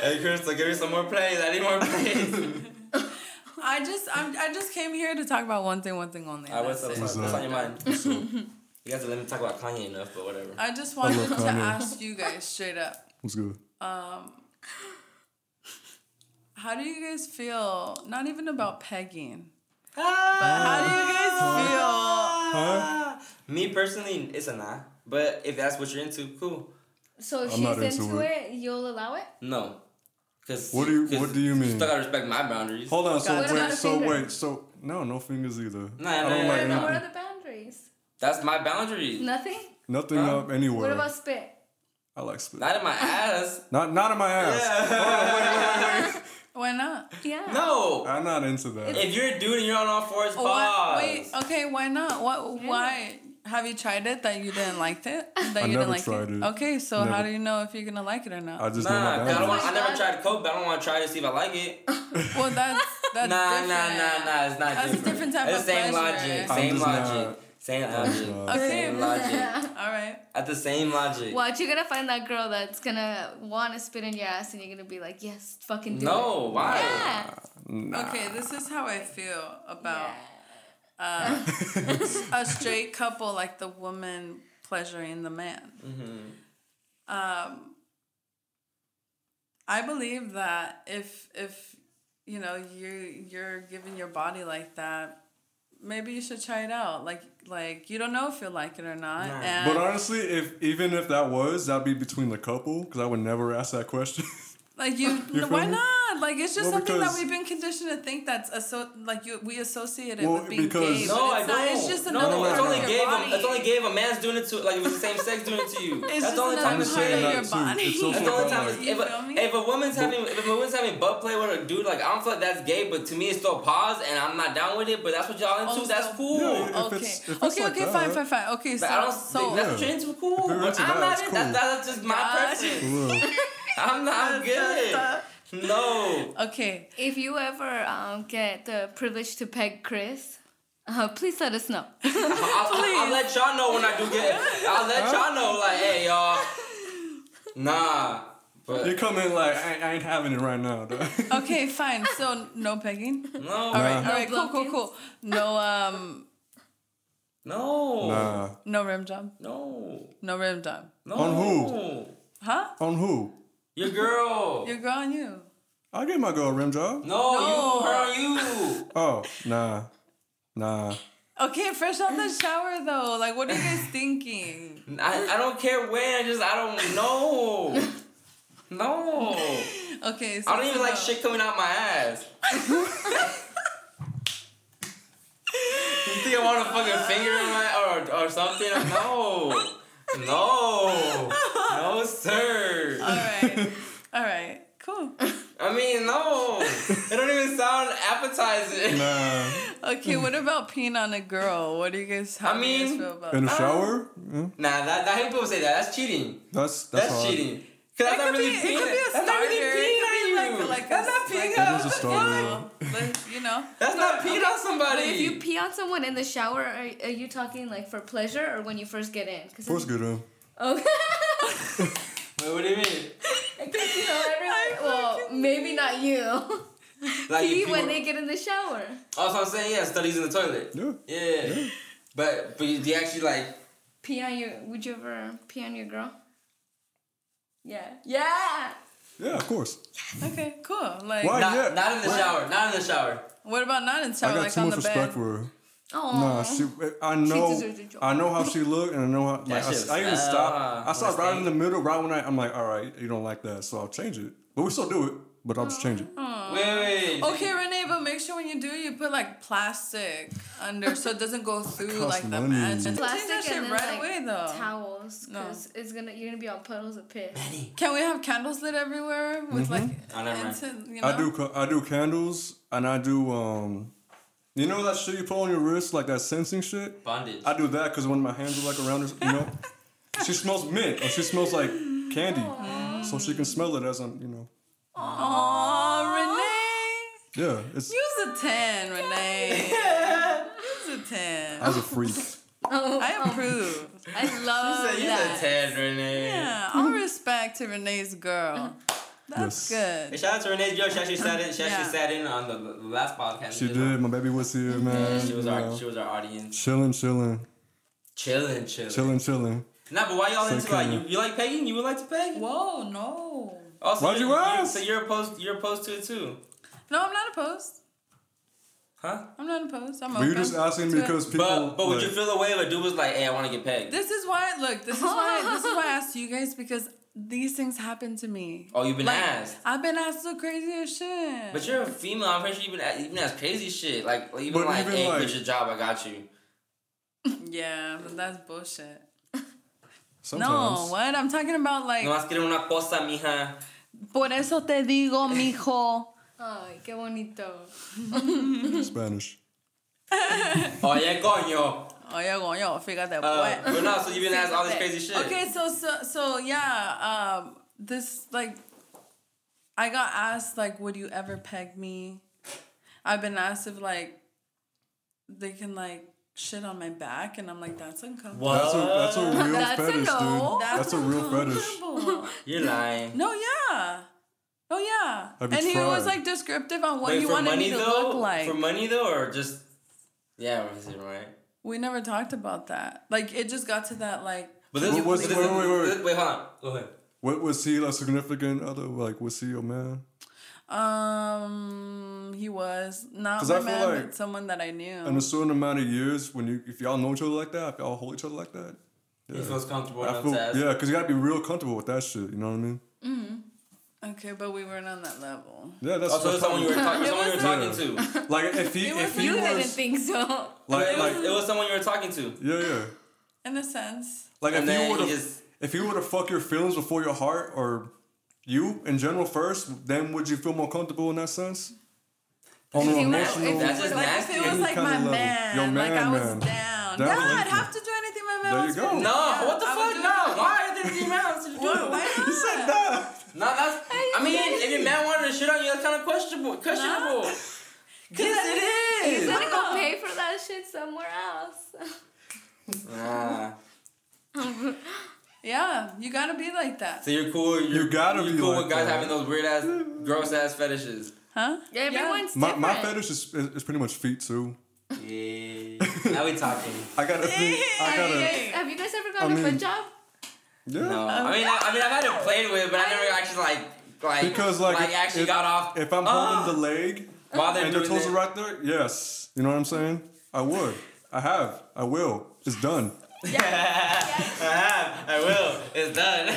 S3: Hey, Crystal, give me some more plays. I need more plays.
S5: I just I'm, I just came here to talk about one thing, one thing only.
S3: Alright,
S5: That's
S3: what's up?
S5: it.
S3: What's,
S4: What's
S3: what's
S4: up?
S3: on your mind?
S4: So,
S3: You guys let me talk about Kanye enough, but whatever.
S5: I just wanted to
S4: Hello, Kanye.
S5: ask you guys straight up.
S4: what's good?
S5: How do you guys feel? Not even about pegging. But how do you guys
S4: Huh?
S3: Ah, Me personally, it's a nah. But if that's what you're into, cool.
S6: So if
S4: I'm not
S6: she's
S4: into
S6: into it. you'll allow it?
S3: No, because
S4: What do you- what do you mean?
S3: Still gotta respect my boundaries.
S4: Hold on. So
S6: What about
S4: wait. So
S6: fingers?
S4: wait. So no, no fingers either.
S3: No,
S4: I
S3: no,
S4: don't
S3: no,
S4: like
S3: no, no.
S6: What are
S4: nothing.
S6: the boundaries?
S3: That's my boundaries.
S6: Nothing?
S4: Nothing
S3: Huh?
S4: up anywhere.
S6: What about spit?
S4: I like spit.
S3: Not in my ass.
S4: Not not in my ass.
S5: feel? Why not?
S6: Yeah.
S3: No.
S4: I'm not into that.
S3: If you're a dude and you're on all fours,
S5: Why-
S3: pause.
S5: Oh, Wait. Okay. Why not? What? Why? Have you tried it that you didn't like it? That you
S4: never
S5: didn't like
S4: tried it.
S5: Okay. So how
S4: Never.
S5: do you know if you're gonna like it or not?
S4: I just know
S3: Nah,
S4: my
S3: 'cause I don't
S4: boundaries.
S3: want. I never tried coke, but I don't want to try to see if I like it. Nah,
S5: well, that's that's
S3: nah,
S5: different.
S3: nah, nah. It's not
S5: That's a
S3: different.
S5: different type
S3: it's
S5: of
S3: the same
S5: pleasure.
S3: logic.
S5: I'm
S3: Same
S4: just
S3: logic.
S4: not-
S3: Same
S4: just
S3: logic.
S4: not.
S5: Okay.
S3: Same logic.
S5: All right.
S3: At the same logic.
S6: Watch, you're gonna find that girl that's gonna wanna spit in your ass and you're gonna be like, yes, fucking do it.
S3: No, why?
S6: Yeah.
S5: Okay. This is how I feel about
S6: Yeah.
S5: a straight couple, like the woman pleasuring the man.
S3: Mm-hmm.
S5: Um, I believe that if if you know you you're giving your body like that, maybe you should try it out. Like like you don't know if you'll like it or not.
S3: No.
S5: And
S4: uh, But honestly, if even if that was, that'd be between the couple because I would never ask that question.
S5: Like you,
S4: You feel
S5: why
S4: me?
S5: not? Like it's just
S4: Well,
S5: something that
S4: because-
S5: we've been conditioned to think that's asso- like you we associate it
S4: Well,
S5: with being
S4: because-
S5: gay.
S3: No, I
S5: but it's
S3: don't.
S5: not. It's just another
S3: no,
S5: part
S3: it's only
S5: of
S3: gay.
S5: your
S3: If
S5: body.
S3: a, it's only gay if a man's doing it to like if it's the same sex doing it to you. That's
S5: It's just
S3: the only time
S5: another
S3: it's
S5: part
S4: saying
S5: of
S4: that
S5: your
S4: too.
S5: body.
S4: It's
S3: That's
S4: also
S3: the only
S4: about
S3: time
S4: like-
S3: it's,
S5: You
S3: if,
S5: feel
S3: a,
S5: me?
S3: if a woman's having if a woman's having butt play with a dude like I don't feel like that's gay but to me it's still pause and I'm not down with it but that's what y'all into
S5: Also-
S3: that's cool
S4: Yeah, yeah. If
S5: Okay.
S4: it's- if it's
S5: okay.
S4: like
S5: Okay.
S4: that-
S5: Fine. Fine. Fine. Okay. So
S3: but I don't
S5: so
S3: think that's what you're into cool
S4: If you're
S3: but
S4: into
S3: I'm not
S4: that, it's
S3: in that,
S4: cool.
S3: that's just my
S5: Gotcha.
S3: preference
S4: Look,
S3: I'm not I'm good
S5: Stop.
S3: no
S5: okay.
S6: If you ever um, get the privilege to peg Chris, uh, please let us know.
S3: I'll, I'll, I'll let y'all know when I do get it I'll let y'all know like hey y'all nah but
S4: you come in like I, ain't- I ain't having it right now. Dog.
S5: Okay. Fine. So no pegging.
S3: no
S5: All right.
S4: Nah.
S5: All right. Cool. Cool. Cool. No um.
S3: no
S4: Nah.
S5: No rim job.
S3: no
S5: No rim job.
S3: no
S4: On who?
S5: Huh?
S4: On who?
S3: your girl
S5: Your girl and you.
S4: I give my girl a rim job.
S3: no,
S5: No.
S3: you her on you
S4: Oh nah, nah.
S5: Okay. Fresh out the shower though. Like, what are you guys thinking?
S3: I, I don't care when, I just I don't know. No.
S5: Okay. So
S3: I don't even like
S5: so-
S3: shit coming out my ass. you think I want a fucking finger in my or or something? No. No. No sir.
S5: All right. All right. Cool.
S3: I mean no. It don't even sound appetizer.
S4: Nah.
S5: Okay, what about peeing on a girl? What do you guys? How
S3: I
S5: do you guys
S3: mean,
S5: feel about
S4: In the
S5: that?
S4: shower? Yeah.
S3: Nah, that, that I hate people say that. That's cheating.
S4: That's that's,
S3: That's,
S4: hard.
S3: cheating. Cause that's not
S5: could
S3: really
S5: be- it
S3: peeing.
S5: could be a
S3: That's not really
S5: starter. It
S3: peeing on
S5: could be
S3: you.
S5: like- like
S3: that's
S5: a-
S3: not peeing
S5: like
S3: on.
S4: That is a starter. though.
S5: Like, you know,
S3: That's not peeing on somebody.
S6: But if you pee on someone in the shower, are, are you talking like for pleasure or when you first get in? 'Cause it's-
S4: First good though.
S6: Okay.
S3: Wait, what do you mean?
S6: Because you know everyone. Well, maybe not you.
S3: Like
S6: pee
S3: you pee
S6: when
S3: on-
S6: they get in the shower.
S3: Also, I'm saying yeah, studies in the toilet.
S4: Yeah.
S3: Yeah. But but you, do you actually like
S6: Pee on your. Would you ever pee on your girl? Yeah. Yeah.
S4: Yeah, of course.
S5: okay, cool. Like,
S4: Why?
S3: not,
S4: yeah.
S3: not in the shower, not in the shower.
S5: what about not in
S4: I
S5: shower?
S4: got
S5: Like
S4: too
S5: on
S4: much
S5: the
S4: respect
S5: bed.
S4: for her.
S6: Oh.
S4: Nah, she. eh, I know.
S6: deserves a job.
S4: I know how she looked, and I know how. Like, I,
S3: shit
S4: I even
S3: was-
S4: stopped.
S3: ah,
S4: I stopped right in the
S3: mistake.
S4: middle, right when I. I'm like, all right, you don't like that, so I'll change it. But we still do it. But I'll just change it.
S6: Uh,
S3: Wait, wait. wait.
S5: Okay, Renee, but make sure when you do, you put like plastic under so it doesn't go through
S4: costs
S5: like the
S4: money.
S5: match.
S6: Plastic
S5: And Plastic that shit
S6: and then
S5: right
S6: like
S5: away though.
S6: towels,
S5: No.
S6: cause it's gonna you're gonna be on puddles of piss.
S5: Can we have candles lit everywhere with like
S3: Oh, never mind.
S5: incense? You know?
S4: Mm-hmm. I do. ca- I do candles, and I do. um You know that shit you put on your wrist, like that sensing shit.
S3: Bondage.
S4: I do that because when my hands are like around her, you know, she smells mint or she smells like candy, so she can smell it as I'm, you know.
S5: Oh, Renee,
S4: Yeah, it's.
S5: use a ten, Renee. Use a ten.
S4: I was a freak.
S6: Oh,
S5: I approve.
S6: I love
S3: You're
S6: that.
S3: a tad, Renee.
S5: Yeah, all respect to Renee's girl.
S6: Uh-huh.
S4: That's
S3: Hey,
S5: Good.
S3: shout out to Renee's girl. She actually sat in. She actually
S5: Yeah.
S3: sat in on the, the last podcast.
S4: She did. My baby was here, man.
S3: She was
S4: you
S3: our.
S4: know.
S3: She was our audience.
S4: Chilling, chilling,
S3: Chilling, chilling.
S4: chilling, chilling.
S3: Nah, but why y'all
S4: So
S3: into like you,
S4: kinda-
S3: you like pegging? You would like to peg?
S5: Whoa, no.
S3: Also,
S4: Why'd you
S3: you're-
S4: ask?
S3: So you're opposed. You're opposed to it too,
S5: No, I'm not opposed.
S3: huh?
S5: I'm not opposed. I'm
S4: Were you
S5: open.
S4: just asking
S5: to it.
S4: because people?
S3: But but would you
S4: like-
S3: feel away if a dude was like, "Hey, I want to get pegged"?
S5: This is why. Look, this is why. this is why I asked you guys because these things happen to me.
S3: oh, you've been
S5: Like,
S3: asked.
S5: I've been asked the craziest shit.
S3: But you're a female. I'm pretty sure you've been at- you've been as crazy shit. Like like, even
S4: But
S3: like,
S4: even,
S3: hey,
S4: like-
S3: quit your job. I got you.
S5: yeah, but that's bullshit.
S4: Sometimes.
S5: No, what I'm talking about, like,
S3: No más quiero una cosa, mija.
S5: por eso te digo, mijo.
S6: Oh, qué bonito.
S4: Spanish. Oh,
S3: Oye, coño.
S5: Oye, coño, fíjate,
S3: Uh,
S5: pues.
S3: but no, so you've been asked all this crazy shit.
S5: Okay, so so so yeah, um, this like, I got asked like, would you ever peg me? I've been asked if like, they can like shit on my back, and I'm like, that's uncomfortable.
S4: That's a that's a real
S6: That's a
S4: fetish,
S6: no.
S4: dude. That's, a real fetish.
S5: uncomfortable.
S3: You're lying.
S5: no, yeah. Oh yeah,
S4: Have
S5: and
S4: you
S5: he was
S4: tried?
S5: like descriptive on what
S3: Wait,
S5: you
S3: for
S5: wanted
S3: money
S5: me to
S3: though?
S5: look like.
S3: For money though, or just yeah, we're sitting right.
S5: we never talked about that. Like it just got to that like
S3: But this,
S4: What was-
S3: this,
S4: wait, wait, wait, wait.
S3: this- wait, hold on. Go ahead.
S4: What was he like significant other? Like was he your man?
S5: um he was not
S4: 'Cause
S5: my
S4: I feel
S5: man,
S4: like-
S5: but someone that I knew.
S4: In a certain amount of years, when you if y'all know each other like that, if y'all hold each other like that,
S3: He feels comfortable
S4: I
S3: enough
S4: feel,
S3: to ask.
S4: yeah, because you gotta be real comfortable with that shit. You know what I mean?
S5: Okay, but we weren't on that level.
S4: Yeah, that's
S3: Also,
S4: that's
S3: Oh, it's someone you were,
S4: probably-
S3: talk- someone you were talking
S4: wasn't-
S3: to.
S4: like if he
S5: It
S4: if
S5: was
S4: he
S6: You didn't
S4: was
S6: think so.
S4: like
S3: It
S4: like
S3: was, it was someone you were talking to.
S4: yeah yeah
S5: In a sense.
S4: like
S3: And
S4: if
S3: then
S4: you
S3: he
S4: would have
S3: just
S4: if you were to fuck your feelings before your heart or you in general first, then would you feel more comfortable in that sense?
S6: If
S4: On an
S6: you were-
S4: emotional,
S6: if
S3: that's just
S5: Like if
S3: nasty.
S5: it was
S4: Any
S5: like
S4: kinda
S5: my
S4: level.
S5: man,
S4: Your
S5: like I
S4: man,
S5: was
S4: man.
S5: down.
S4: That
S5: yeah,
S4: was
S5: I'd
S4: easy.
S5: have to do anything my man
S4: There you
S5: wants me
S4: go.
S5: to do.
S3: no, what the
S5: I would
S3: fuck?
S5: do
S3: No,
S5: it.
S3: why are there these amounts to do?
S5: What, why not?
S6: Uh,
S3: No, that's. I mean, if your man wanted to shit on you, that's kind of questionable. Questionable. Yes, it is.
S6: Gotta go pay for that shit somewhere else.
S3: Nah.
S5: Yeah, you gotta be like that.
S3: So you're cool. You're,
S4: You gotta
S3: you're
S4: be
S3: cool
S4: like
S3: with guys
S4: that.
S3: having those weird ass, gross ass fetishes.
S5: Huh?
S6: Everyone's
S4: my,
S6: different.
S4: my fetish is, is, is pretty much feet too.
S3: Yeah. now we talking.
S4: I gotta think. I
S6: Have you,
S4: gotta.
S6: guys, have you guys ever gotten
S4: I
S6: a
S4: mean-
S6: foot job?
S4: Yeah.
S3: No, I mean, I, I mean, I've had it played with, but I never actually like, like,
S4: Because like, if-
S3: actually
S4: if,
S3: got off.
S4: If I'm
S3: Ah!
S6: Oh.
S4: holding the leg
S3: while they're
S4: and the
S3: doing
S4: toes
S3: it.
S4: are right there, yes. You know what I'm saying? I would. I have. I will. It's done.
S3: Ah, I will. It's done.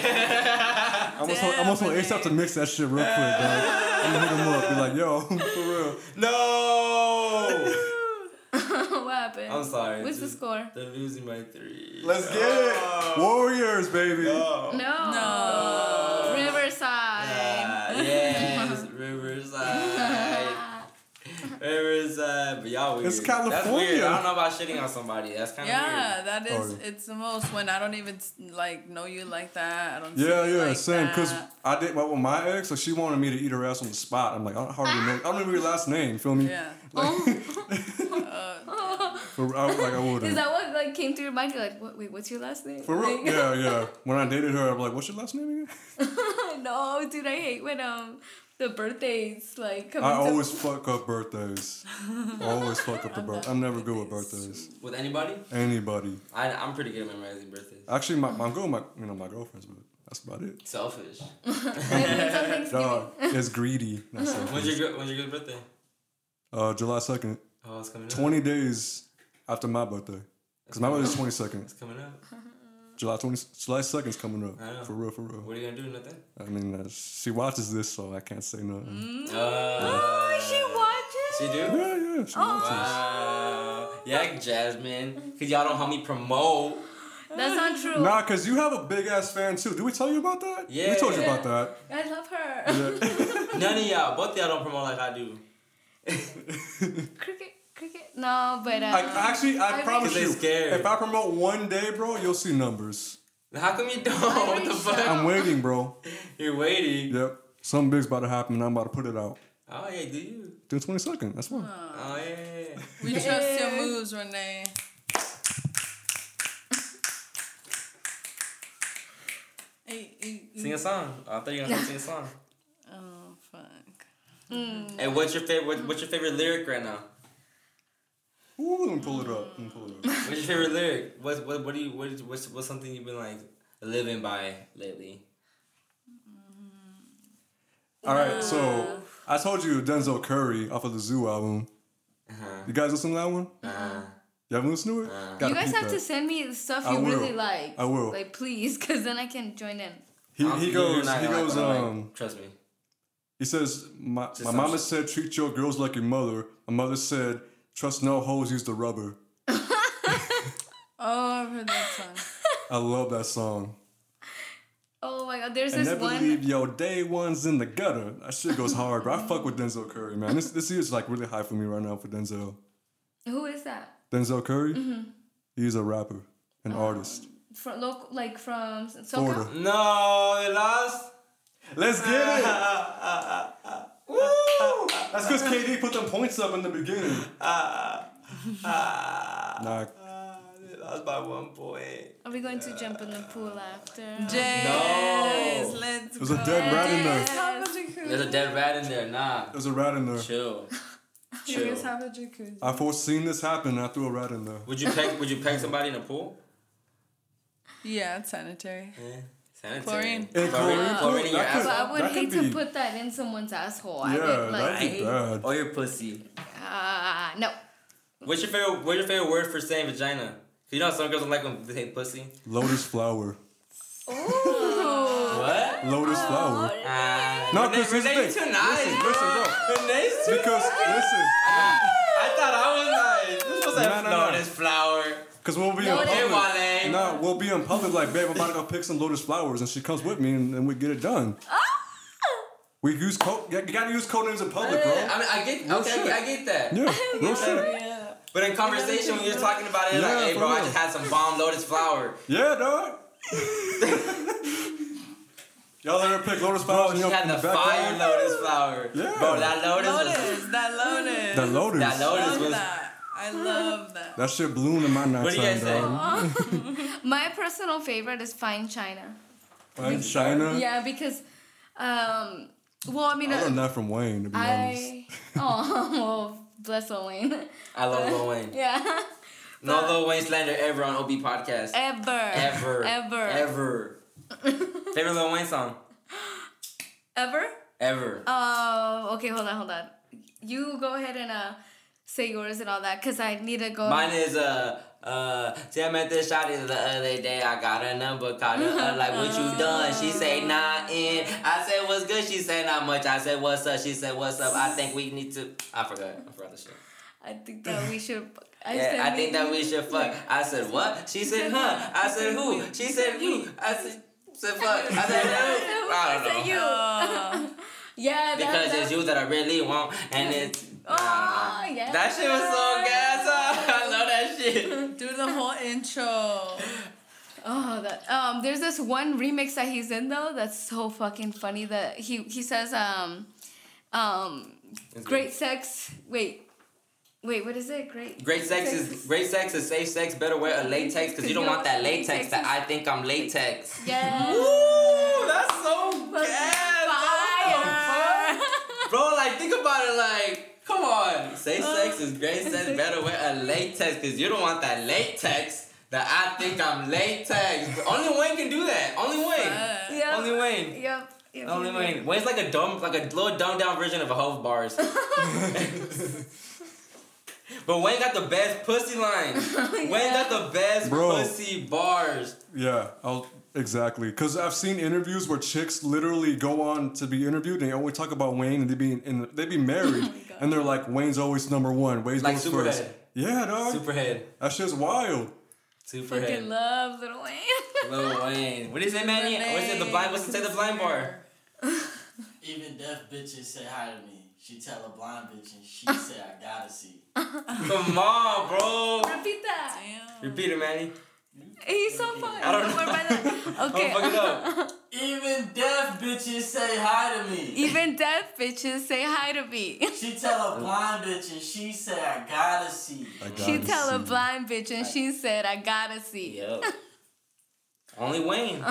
S4: I'm gonna I'm gonna ASAP to mix that shit real quick. Dog. I'm gonna hit him up. Be like, yo, for real.
S3: no.
S6: what happened?
S3: I'm sorry.
S6: What's the
S3: just-
S6: score?
S3: They're losing by three. Oh,
S4: Let's get it, Uh, warriors, baby.
S6: No.
S5: No.
S6: Riverside.
S3: Ah, yes, Riverside. Riverside. all weird. That's
S4: It's
S3: weird.
S4: California.
S3: I don't know about shitting on somebody. That's kind of
S5: Yeah, that is.
S4: Oh, yeah.
S5: It's the most when I don't even like know you like that. I don't. see
S4: Yeah,
S5: you
S4: yeah,
S5: like
S4: same. Cause
S5: that.
S4: I did my with my ex, like she wanted me to eat her ass on the spot. I'm like, I don't hardly know. I don't remember your last name. Feel me?
S5: Yeah.
S4: For, I, was like I would.
S6: Is that what like came through your mind? You're like, what, wait, what's your last name?
S4: For real?
S6: Like-
S4: Yeah, yeah. When I dated her, I'm like, what's your last name again?
S6: no, dude, I hate when um the birthdays like come.
S4: I
S6: into-
S4: always fuck up birthdays. I always fuck up the birth. I'm never good with birthdays.
S3: weird. With anybody,
S4: Anybody.
S3: I, I'm pretty good at memorizing birthdays.
S4: Actually, my my girl, my you know my girlfriend's, but that's about it.
S3: Selfish.
S6: It's on Thanksgiving.
S4: Dog, it's greedy. That's
S3: When's
S4: it.
S3: your gir- When's your good birthday?
S4: Uh, July second,
S3: Oh, it's coming up.
S4: twenty days after my birthday, cause my birthday's twenty second.
S3: It's coming up.
S4: July twenty, July second's coming
S3: I know.
S4: up. For real, for real.
S3: What are you gonna do? Nothing.
S4: I mean, uh, she watches this, so I can't say
S3: Mm.
S4: nothing.
S3: Uh,
S6: oh, she
S3: she
S6: watches.
S3: do.
S4: Yeah, yeah,
S3: Oh.
S4: she watches.
S3: Uh, yeah, Jasmine. Cause y'all don't help me promote.
S6: That's not true.
S4: Nah, cause you have a big ass fan too. Did we tell you about that? we told you
S3: Yeah.
S4: about that.
S6: I love her.
S3: None of y'all. Both of y'all don't promote like I do.
S6: cricket, cricket. No, but uh,
S4: I, actually, I,
S6: I
S4: promise
S3: think-
S4: you,
S3: 'Cause they scared.
S4: if I promote one day, bro, you'll see numbers.
S3: How come you don't?
S6: I
S3: what the
S6: reached
S3: fuck?
S6: out.
S4: I'm waiting, bro.
S3: You're waiting.
S4: Yep, something big's about to happen, and I'm about to put it out.
S3: Oh yeah, do you?
S4: June 22nd. That's one.
S3: Oh yeah.
S5: We trust your moves, Renee. Hey, hey, hey.
S3: Sing a song. I thought you were gonna sing a song.
S5: Oh fuck.
S3: Hey, what's your favorite? What, what's your favorite lyric right now?
S4: Ooh, let me pull it up. Let me pull it up.
S3: What's your favorite lyric? What what what do you what is- what's what's something you've been like living by lately?
S4: All right, so I told you Denzel Curry off of the Zoo album.
S3: Uh-huh.
S4: You guys listen to that one?
S3: Uh,
S4: You haven't listened to it? Gotta
S6: you guys
S4: peep
S6: have
S4: that.
S6: to send me the stuff
S4: I
S6: you really
S4: will.
S6: like.
S4: I will.
S6: Like, please, because then I can join in.
S4: He, he goes. He goes. Um,
S3: trust me.
S4: He says, "My,
S3: Just
S4: my
S3: some
S4: mama
S3: shit.
S4: said treat your girls like your mother. My mother said trust no hoes, use the rubber."
S5: Oh, I've heard that song.
S4: I love that song.
S6: Oh my God, there's
S4: And
S6: this
S4: never
S6: one.
S4: leave your day ones in the gutter. That shit goes hard, bro. I fuck with Denzel Curry, man. This this year's like really high for me right now for Denzel.
S6: Who is that?
S4: Denzel Curry,
S6: Mm-hmm.
S4: he's a rapper,
S6: Oh.
S4: an artist.
S6: From local, like from SoCal.
S4: Florida.
S3: No, they lost. Uh,
S4: Let's get it. Woo! That's because KD put them points up in the beginning. nah,
S3: Uh, they lost by one point.
S6: Are we going to jump in the pool after?
S5: Yes, let's
S4: there's a dead rat in there.
S5: have a jacuzzi.
S3: There's a dead rat in there. Nah,
S4: There's a rat in there.
S3: chill,
S5: You guys
S3: chill.
S5: have a jacuzzi.
S4: I foreseen this happen. and I threw a rat in there.
S3: Would you peg? Would you peg somebody in a pool?
S5: Yeah, it's sanitary.
S3: Eh, Sanitary.
S5: Chlorine.
S4: And Eh, chlorine,
S3: Chlorine in your
S4: that could-
S6: But
S3: asshole.
S6: I would
S4: That could
S6: hate to
S4: be-
S6: put that in someone's asshole. I
S4: Yeah,
S6: would like,
S4: that'd be bad.
S3: Or your pussy.
S6: ah, no.
S3: What's your favorite? What's your favorite word for saying vagina? 'Cause you know some girls don't like when they say pussy.
S4: Lotus flower.
S3: What?
S4: Oh, Lotus flower.
S3: Uh,
S4: No, 'cause here's the
S3: Renee,
S4: thing.
S3: too nice,
S4: Listen,
S3: bro.
S4: listen, no.
S3: Renee's too
S4: Because listen,
S3: I thought I was like, this was
S4: No,
S3: like
S4: no,
S3: no,
S4: no.
S3: this flower.
S4: because we'll be in
S6: Lotus-
S3: Hey,
S4: public.
S3: Wale.
S4: No, we'll be in public like, babe, I'm about to go pick some lotus flowers, and she comes with me, and, and we get it done. We use code. You gotta use code names in public, bro.
S3: I mean, I get, okay, I get that.
S4: Yeah, real shit.
S5: Yeah.
S3: But in conversation, when you're talking about it,
S4: Yeah,
S3: like, hey,
S4: for
S3: bro, I
S4: real.
S3: just had some bomb lotus flower.
S4: Yeah, dog. Y'all ever pick lotus
S3: Bro,
S4: flowers? in
S3: she
S4: your-
S3: had
S4: in the
S3: the fire
S4: backyard?
S3: lotus flower.
S4: Yeah.
S3: Bro, that lotus, was,
S5: Lotus, that lotus.
S4: That lotus.
S3: that lotus
S5: Love
S3: was.
S5: that. I love that.
S4: That shit bloomed in my
S3: What do you
S4: nighttime,
S3: guys say?
S4: dog.
S6: My personal favorite is fine china.
S4: Like China.
S6: Yeah, because, um, well, I mean,
S4: I learned
S6: I,
S4: that from Wayne, to be honest.
S6: I oh, well, bless Lil Wayne.
S3: I love Lil Wayne.
S6: yeah,
S3: No Lil Wayne slander ever on OB podcast.
S6: ever,
S3: Ever.
S6: ever,
S3: Ever. Favorite Lil Wayne song?
S6: ever.
S3: Ever.
S6: Uh, okay, hold on, hold on. You go ahead and uh, say yours and all that, cause I need to go.
S3: Mine is uh uh Tim at this shot the other day I got her number, called her up like what you done? She say not in. I said what's good, she say not much. I said what's up, she said what's up. I think we need to I forgot, I forgot the shit.
S6: I think that we should. I,
S3: Yeah,
S6: said
S3: Eh, I think that we
S6: maybe-
S3: should fuck. I said what? She said huh. I said who? She said you. I said said fuck. I said who? I
S6: I said
S3: don't know.
S6: you. yeah, that,
S3: Because
S6: that,
S3: it's you that I really want and it's
S6: Ah, yeah.
S3: That shit was so shit.
S5: Do the whole intro.
S6: Oh, that um. There's this one remix that he's in though. That's so fucking funny. That he he says um, um,
S3: It's
S6: great sex. Wait, wait. What is it? Great.
S3: Great sex is great sex is safe sex. Better wear a latex because you don't want that latex that I think I'm latex.
S6: Yes.
S3: Ooh, that's so
S6: Fucking
S3: bad. Bro, like think about it like, come on. Safe
S6: Uh,
S3: sex is great sex. Better wear a latex because you don't want that latex that I think I'm latex. Only Wayne can do that. Only Wayne.
S5: Uh,
S6: Yep.
S3: Only Wayne.
S6: Yep. yep,
S3: Only
S6: yep,
S3: Wayne. Wayne's like a dumb, like a little dumbed down version of a Hove Bars. but Wayne got the best pussy line.
S6: Oh,
S3: Wayne got the best
S4: Bro.
S3: pussy bars.
S4: Yeah, I'll, exactly. Because I've seen interviews where chicks literally go on to be interviewed, and they always talk about Wayne, and they be and they
S6: Oh
S4: be married, and they're like, Wayne's always number one. Wayne's
S3: Like
S4: goes
S3: Superhead.
S4: first. Yeah, dog.
S3: Superhead.
S4: that shit's wild.
S6: Fucking
S3: Superhead.
S6: love Little Wayne.
S3: Lil Wayne. What is it, man? What's it? The blind. What's it say? The blind bar.
S7: Even deaf bitches say hi to me. She tell a blind bitch and she say I gotta see.
S3: Come on, bro.
S6: Repeat that.
S5: Damn.
S3: Repeat it, Manny.
S6: He's so funny.
S3: I don't know.
S6: Don't worry about that. Okay.
S3: Don't fuck it up.
S7: Even deaf bitches say hi to me.
S6: Even deaf bitches say hi to me.
S7: She tell a blind bitch and she say I gotta see.
S4: I
S6: She
S4: gotta
S6: tell a
S4: see.
S6: blind bitch and she said, I gotta see. Oh,
S3: Yep. Only Wayne.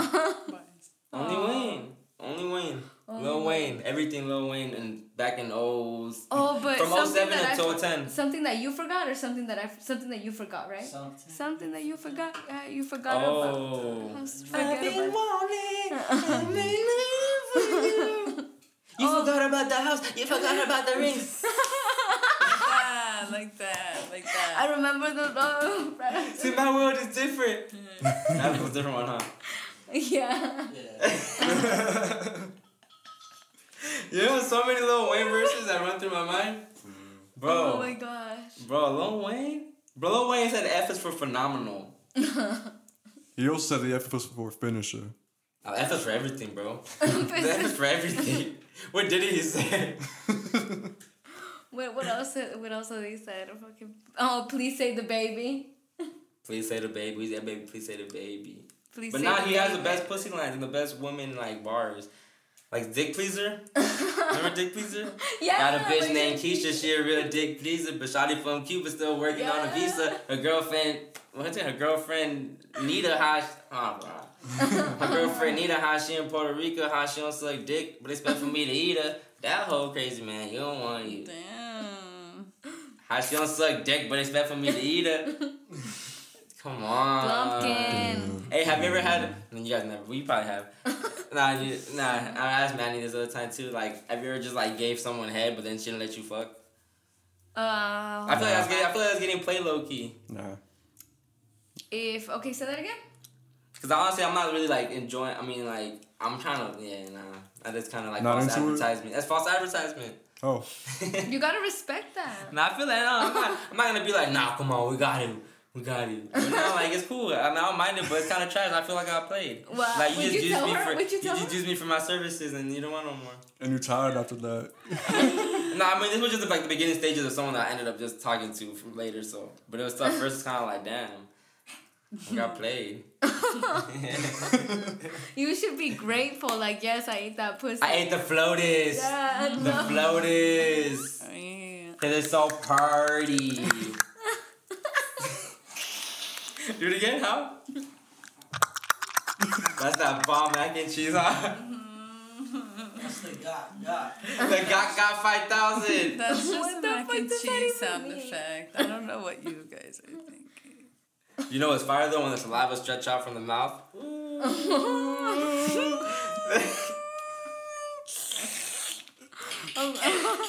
S3: Only
S6: Aw.
S3: Wayne. Only Wayne. Lil Wayne. Everything Lil Wayne and back in old.
S6: Oh, but
S3: From
S6: something
S3: 07
S6: that
S3: until
S6: I,
S3: 10.
S6: something that you forgot or something that I something that you forgot, right?
S7: Something.
S6: Something that you forgot uh, you forgot
S3: Oh.
S6: about. Forget about.
S3: You forgot about the house. You forgot about the rings.
S5: Yeah, like that, like that.
S6: I remember the oh, right.
S3: See, my world is different. that was a different one, huh?
S6: yeah.
S7: Yeah.
S3: You know, so many Lil Wayne verses that run through my mind.
S6: Oh. my
S3: Bro,
S6: gosh.
S3: bro, Lil Wayne. Bro, Lil Wayne said F is for phenomenal.
S4: He also said the F was for finisher.
S3: Oh, F is for everything, bro. F is for everything. What did he say?
S6: what what else what else have they said? Oh, fucking, oh please say the baby.
S3: Please say the baby. Yeah, baby. Please say the baby.
S6: Please
S3: But
S6: say
S3: now
S6: the
S3: he has the
S6: baby.
S3: best pussy lines and the best women like bars. Like Dick Pleaser. Remember Dick Pleaser?
S6: Yeah.
S3: Got a bitch
S6: like-
S3: named Keisha, she a real dick pleaser, but Shotty from Cuba still working on a
S6: Yeah.
S3: visa. Her girlfriend, what's it, her girlfriend Nita, how she, oh, bro. her girlfriend Nita, how she in Puerto Rico, how she don't suck dick, but it's been for me to eat her. That whole crazy man, you don't want you.
S5: Damn.
S3: How she don't suck dick, but it's been for me to eat her. Come on.
S6: Blumpkin.
S3: Hey, have you ever had? You guys never. We probably have. nah, you, nah. I asked Manny this other time too. Like, have you ever just like gave someone head, but then she didn't let you fuck?
S6: Uh,
S3: I feel like that's getting, I feel like that's getting play low key.
S4: Nah.
S6: if okay, say that again.
S3: Cause honestly, I'm not really like enjoying. I mean, like I'm trying to. Yeah, nah. That is kind of like
S4: Not
S3: false
S4: into it?
S3: advertisement. That's false advertisement.
S4: Oh,
S6: You gotta respect that.
S3: Nah, I feel like no, I'm not. I'm not gonna be like, nah, come on, we got him. We got you. But no, like it's cool. I mean, I don't mind it, but it's kind of trash. I feel like I played.
S6: Wow.
S3: Like you
S6: Would
S3: just
S6: you
S3: used
S6: tell
S3: me
S6: her?
S3: for
S6: Would you tell
S3: just
S6: her?
S3: used me for my services, and you don't want no more.
S4: and you're tired after that.
S3: No, I mean this was just like the beginning stages of someone that I ended up just talking to from later. So, but it was tough. First, it's kind of like, damn, I got played.
S6: You should be grateful. Like yes, I ate that pussy.
S3: I ate the floaters.
S6: Yeah, I
S3: The
S6: love-
S3: floaters.
S5: Oh, yeah.
S3: Cause it's so party. Do it again, huh? That's that bomb mac and cheese, huh?
S7: That's the got got.
S3: the got got five thousand.
S5: That's just
S6: What
S5: a
S6: the
S5: mac
S6: fuck
S5: and
S6: does that
S5: cheese
S6: even
S5: sound
S6: mean?
S5: effect. I don't know what you guys are thinking.
S3: You know what's fire though when the saliva stretch out from the mouth.
S6: Oh,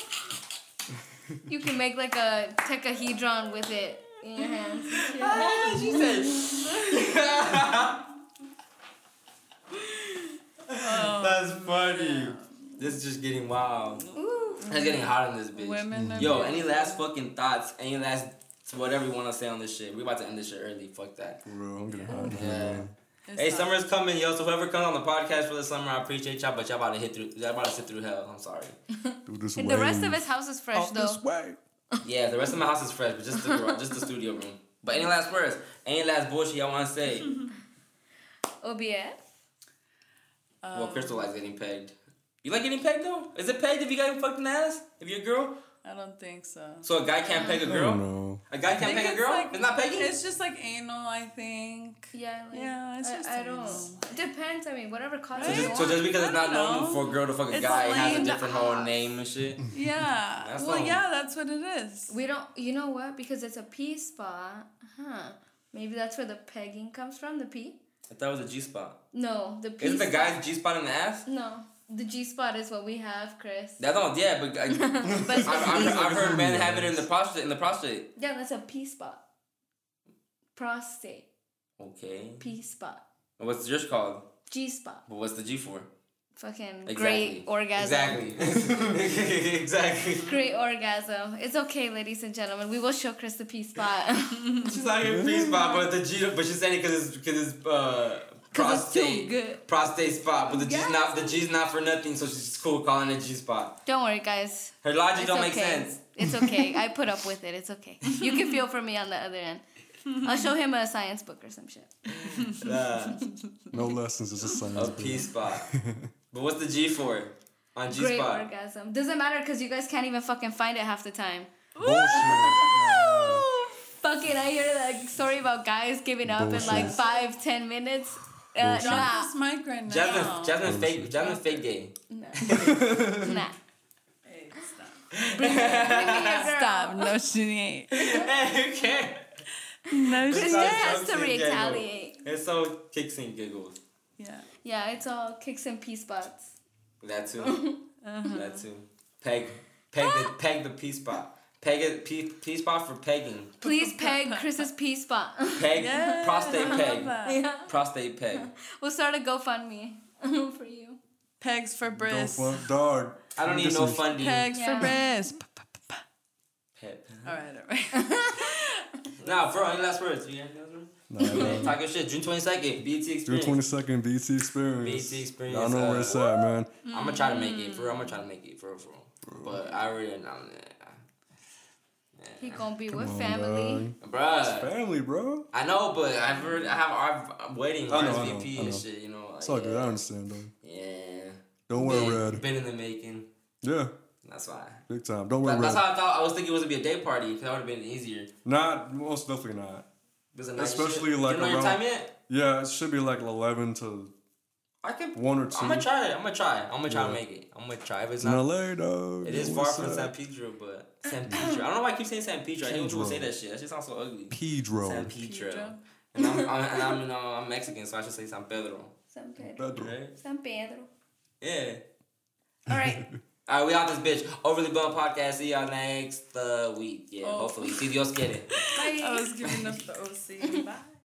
S6: you can make like a tetrahedron with it in your hands.
S3: she said. That's funny. This is just getting wild.
S6: Ooh.
S3: It's getting hot in this bitch.
S5: Women are
S3: Yo,
S5: beautiful.
S3: any last fucking thoughts? Any last whatever you want to say on this shit? We about to end this shit early. Fuck that.
S4: For real, I'm getting hot.
S3: Yeah.
S4: man.
S5: It's
S3: Hey,
S5: not-
S3: summer's coming, yo. So whoever comes on the podcast for the summer, I appreciate y'all, but y'all about to hit through. Y'all about to sit through hell. I'm sorry.
S4: Do this
S6: The rest
S4: wave.
S6: of his house is fresh
S4: Off
S6: though.
S4: this way.
S3: Yeah, the rest of my house is fresh, but just the gar- just the studio room. But any last words? Any last bullshit y'all want to say?
S6: OBF.
S3: well,
S5: Um,
S3: Crystal likes getting pegged. You like getting pegged though? Is it pegged if you got your fucking ass? If you're a girl?
S5: I don't think so.
S3: So a guy can't peg a
S4: I don't
S3: girl?
S4: know.
S3: A guy
S5: I
S3: can't
S5: think
S3: peg a girl?
S5: like-
S3: it's not pegging?
S5: It's just like anal, I think.
S6: Yeah. Like,
S5: Yeah, it's
S6: I-
S5: just
S6: I,
S5: anal.
S6: don't. Depends. I mean, whatever causes
S3: So
S5: Right?
S3: just, so just because it's
S5: I
S3: not
S5: don't
S3: normal
S5: know.
S3: for a girl to fuck a
S5: It's
S3: guy, it has a
S5: lame.
S3: different whole name and shit.
S5: Yeah.
S3: That's
S5: well,
S3: all.
S5: yeah, that's what it is.
S6: We don't. You know what? Because it's a P spot. Huh. Maybe that's where the pegging comes from. The P.
S3: I thought it was a G spot.
S6: No, the P.
S3: Is it the
S6: spot-
S3: guy's G spot in the ass?
S6: No, the G spot is what we have, Chris.
S3: I don't. Yeah, but I, I've,
S6: but the P-
S3: I've, I've heard men have it in the prostate. In the prostate.
S6: yeah, that's a P spot. Prostate
S3: Okay.
S6: P spot.
S3: What's yours called?
S6: G spot.
S3: But what's the G for?
S6: Fucking
S3: Exactly.
S6: great orgasm.
S3: Exactly. exactly.
S6: Great orgasm. It's okay, ladies and gentlemen. We will show Chris the P spot.
S3: She's not your P spot, but the G. But she's saying it because it's because it's uh,
S6: 'Cause it's too
S3: prostate.
S6: good.
S3: Prostate spot, but the G's
S6: Yes.
S3: not the G's not for nothing, so she's cool calling it G spot.
S6: don't worry, guys.
S3: Her logic
S6: It's
S3: don't
S6: okay.
S3: make sense.
S6: It's okay. I put up with it. It's okay. You can feel for me on the other end. I'll show him a science book or some shit.
S3: Uh,
S4: No lessons. It's a
S3: a
S4: science.
S3: P
S4: bro.
S3: spot. But what's the G for? On G
S6: Great
S3: spot.
S6: orgasm. Doesn't matter because you guys can't even fucking find it half the time.
S4: Bullshit.
S6: Fucking, I hear that story about guys giving up in like
S4: Bullshit.
S6: five, ten minutes. Uh,
S4: Bullshit.
S5: Drop
S6: nah,
S5: this mic right now.
S3: Jasmine, Jasmine fake, Jasmine fake gay.
S6: nah.
S5: Hey, stop.
S6: Bring me your girl.
S5: Stop. No, she ain't.
S3: okay.
S5: No, she
S6: Chris
S3: Stop
S6: has to
S3: joking, giggle.
S6: retaliate.
S3: It's all kicks and giggles.
S5: Yeah.
S6: Yeah, it's all kicks and pee spots.
S3: That too.
S5: Uh-huh.
S3: That too. Peg, peg the peg the P spot. Peg it P, P spot for pegging.
S6: Please peg Chris's pee spot.
S3: Peg
S5: Yeah,
S3: prostate
S5: I love
S3: peg.
S5: that.
S3: Prostate peg.
S6: We'll start a GoFundMe for you.
S5: Pegs for
S4: Don't
S5: bris.
S4: fuck, dog.
S3: I don't need no
S4: Listen,
S3: funding.
S5: Pegs
S6: Yeah.
S5: for bris. Pa, pa, pa, pa.
S3: Peg.
S5: All right, all right.
S3: Now, for any last words? You got any last words?
S4: Nah,
S3: Talk your shit. June twenty second. BT
S4: Mm. June
S3: experience.
S4: twenty second, BT experience.
S3: BT experience,
S4: Y'all know where it's
S3: uh,
S4: at, man.
S3: I'm gonna try to make
S5: Mm.
S3: it. For real, I'm gonna try to make it. For real, for real. But I already know that.
S6: He gonna be with
S4: Come on,
S6: family.
S4: dog.
S3: Bruh.
S4: Family, bro.
S3: I know, but I've heard. I have. I'm waiting.
S4: I know, I know,
S3: RSVP
S4: I know.
S3: and shit. You know. Like,
S4: It's all good. I
S3: yeah.
S4: understand, dog.
S3: Yeah.
S4: Don't wear
S3: been,
S4: red.
S3: Been in the making.
S4: Yeah,
S3: That's why.
S4: big time. Don't wear
S3: That- that's
S4: red.
S3: how I thought. I was thinking it was gonna be a day party. 'cause that would have been easier.
S4: Not most definitely not.
S3: It was a night
S4: Especially,
S3: shift.
S4: like,
S3: you know your
S4: around-
S3: time yet?
S4: Yeah, it should be like eleven to
S3: I could.
S4: one or
S3: I'm gonna
S4: two.
S3: try it. I'm gonna try. I'm gonna try to
S4: Yeah.
S3: make it. I'm gonna try. If it's
S4: In
S3: not,
S4: LA, dog.
S3: it
S4: You
S3: is
S4: know
S3: far
S4: where it's
S3: from
S4: at.
S3: San Pedro, but San Pedro. I don't know why I keep saying San Pedro. I hate when people say that shit. That shit sounds so ugly. San
S4: Pedro.
S3: Pedro.
S5: Pedro.
S3: And I'm, I'm, and I'm, you know, I'm Mexican, so I should say San Pedro.
S6: San Pedro.
S4: Pedro.
S3: Right?
S6: San Pedro.
S3: Yeah.
S6: All right.
S3: All right, we out this bitch. Overly Blunt Podcast. See y'all next uh, week. Yeah,
S5: Oh.
S3: hopefully. Si Dios quiere.
S6: Bye.
S5: I was giving up the OC. Bye.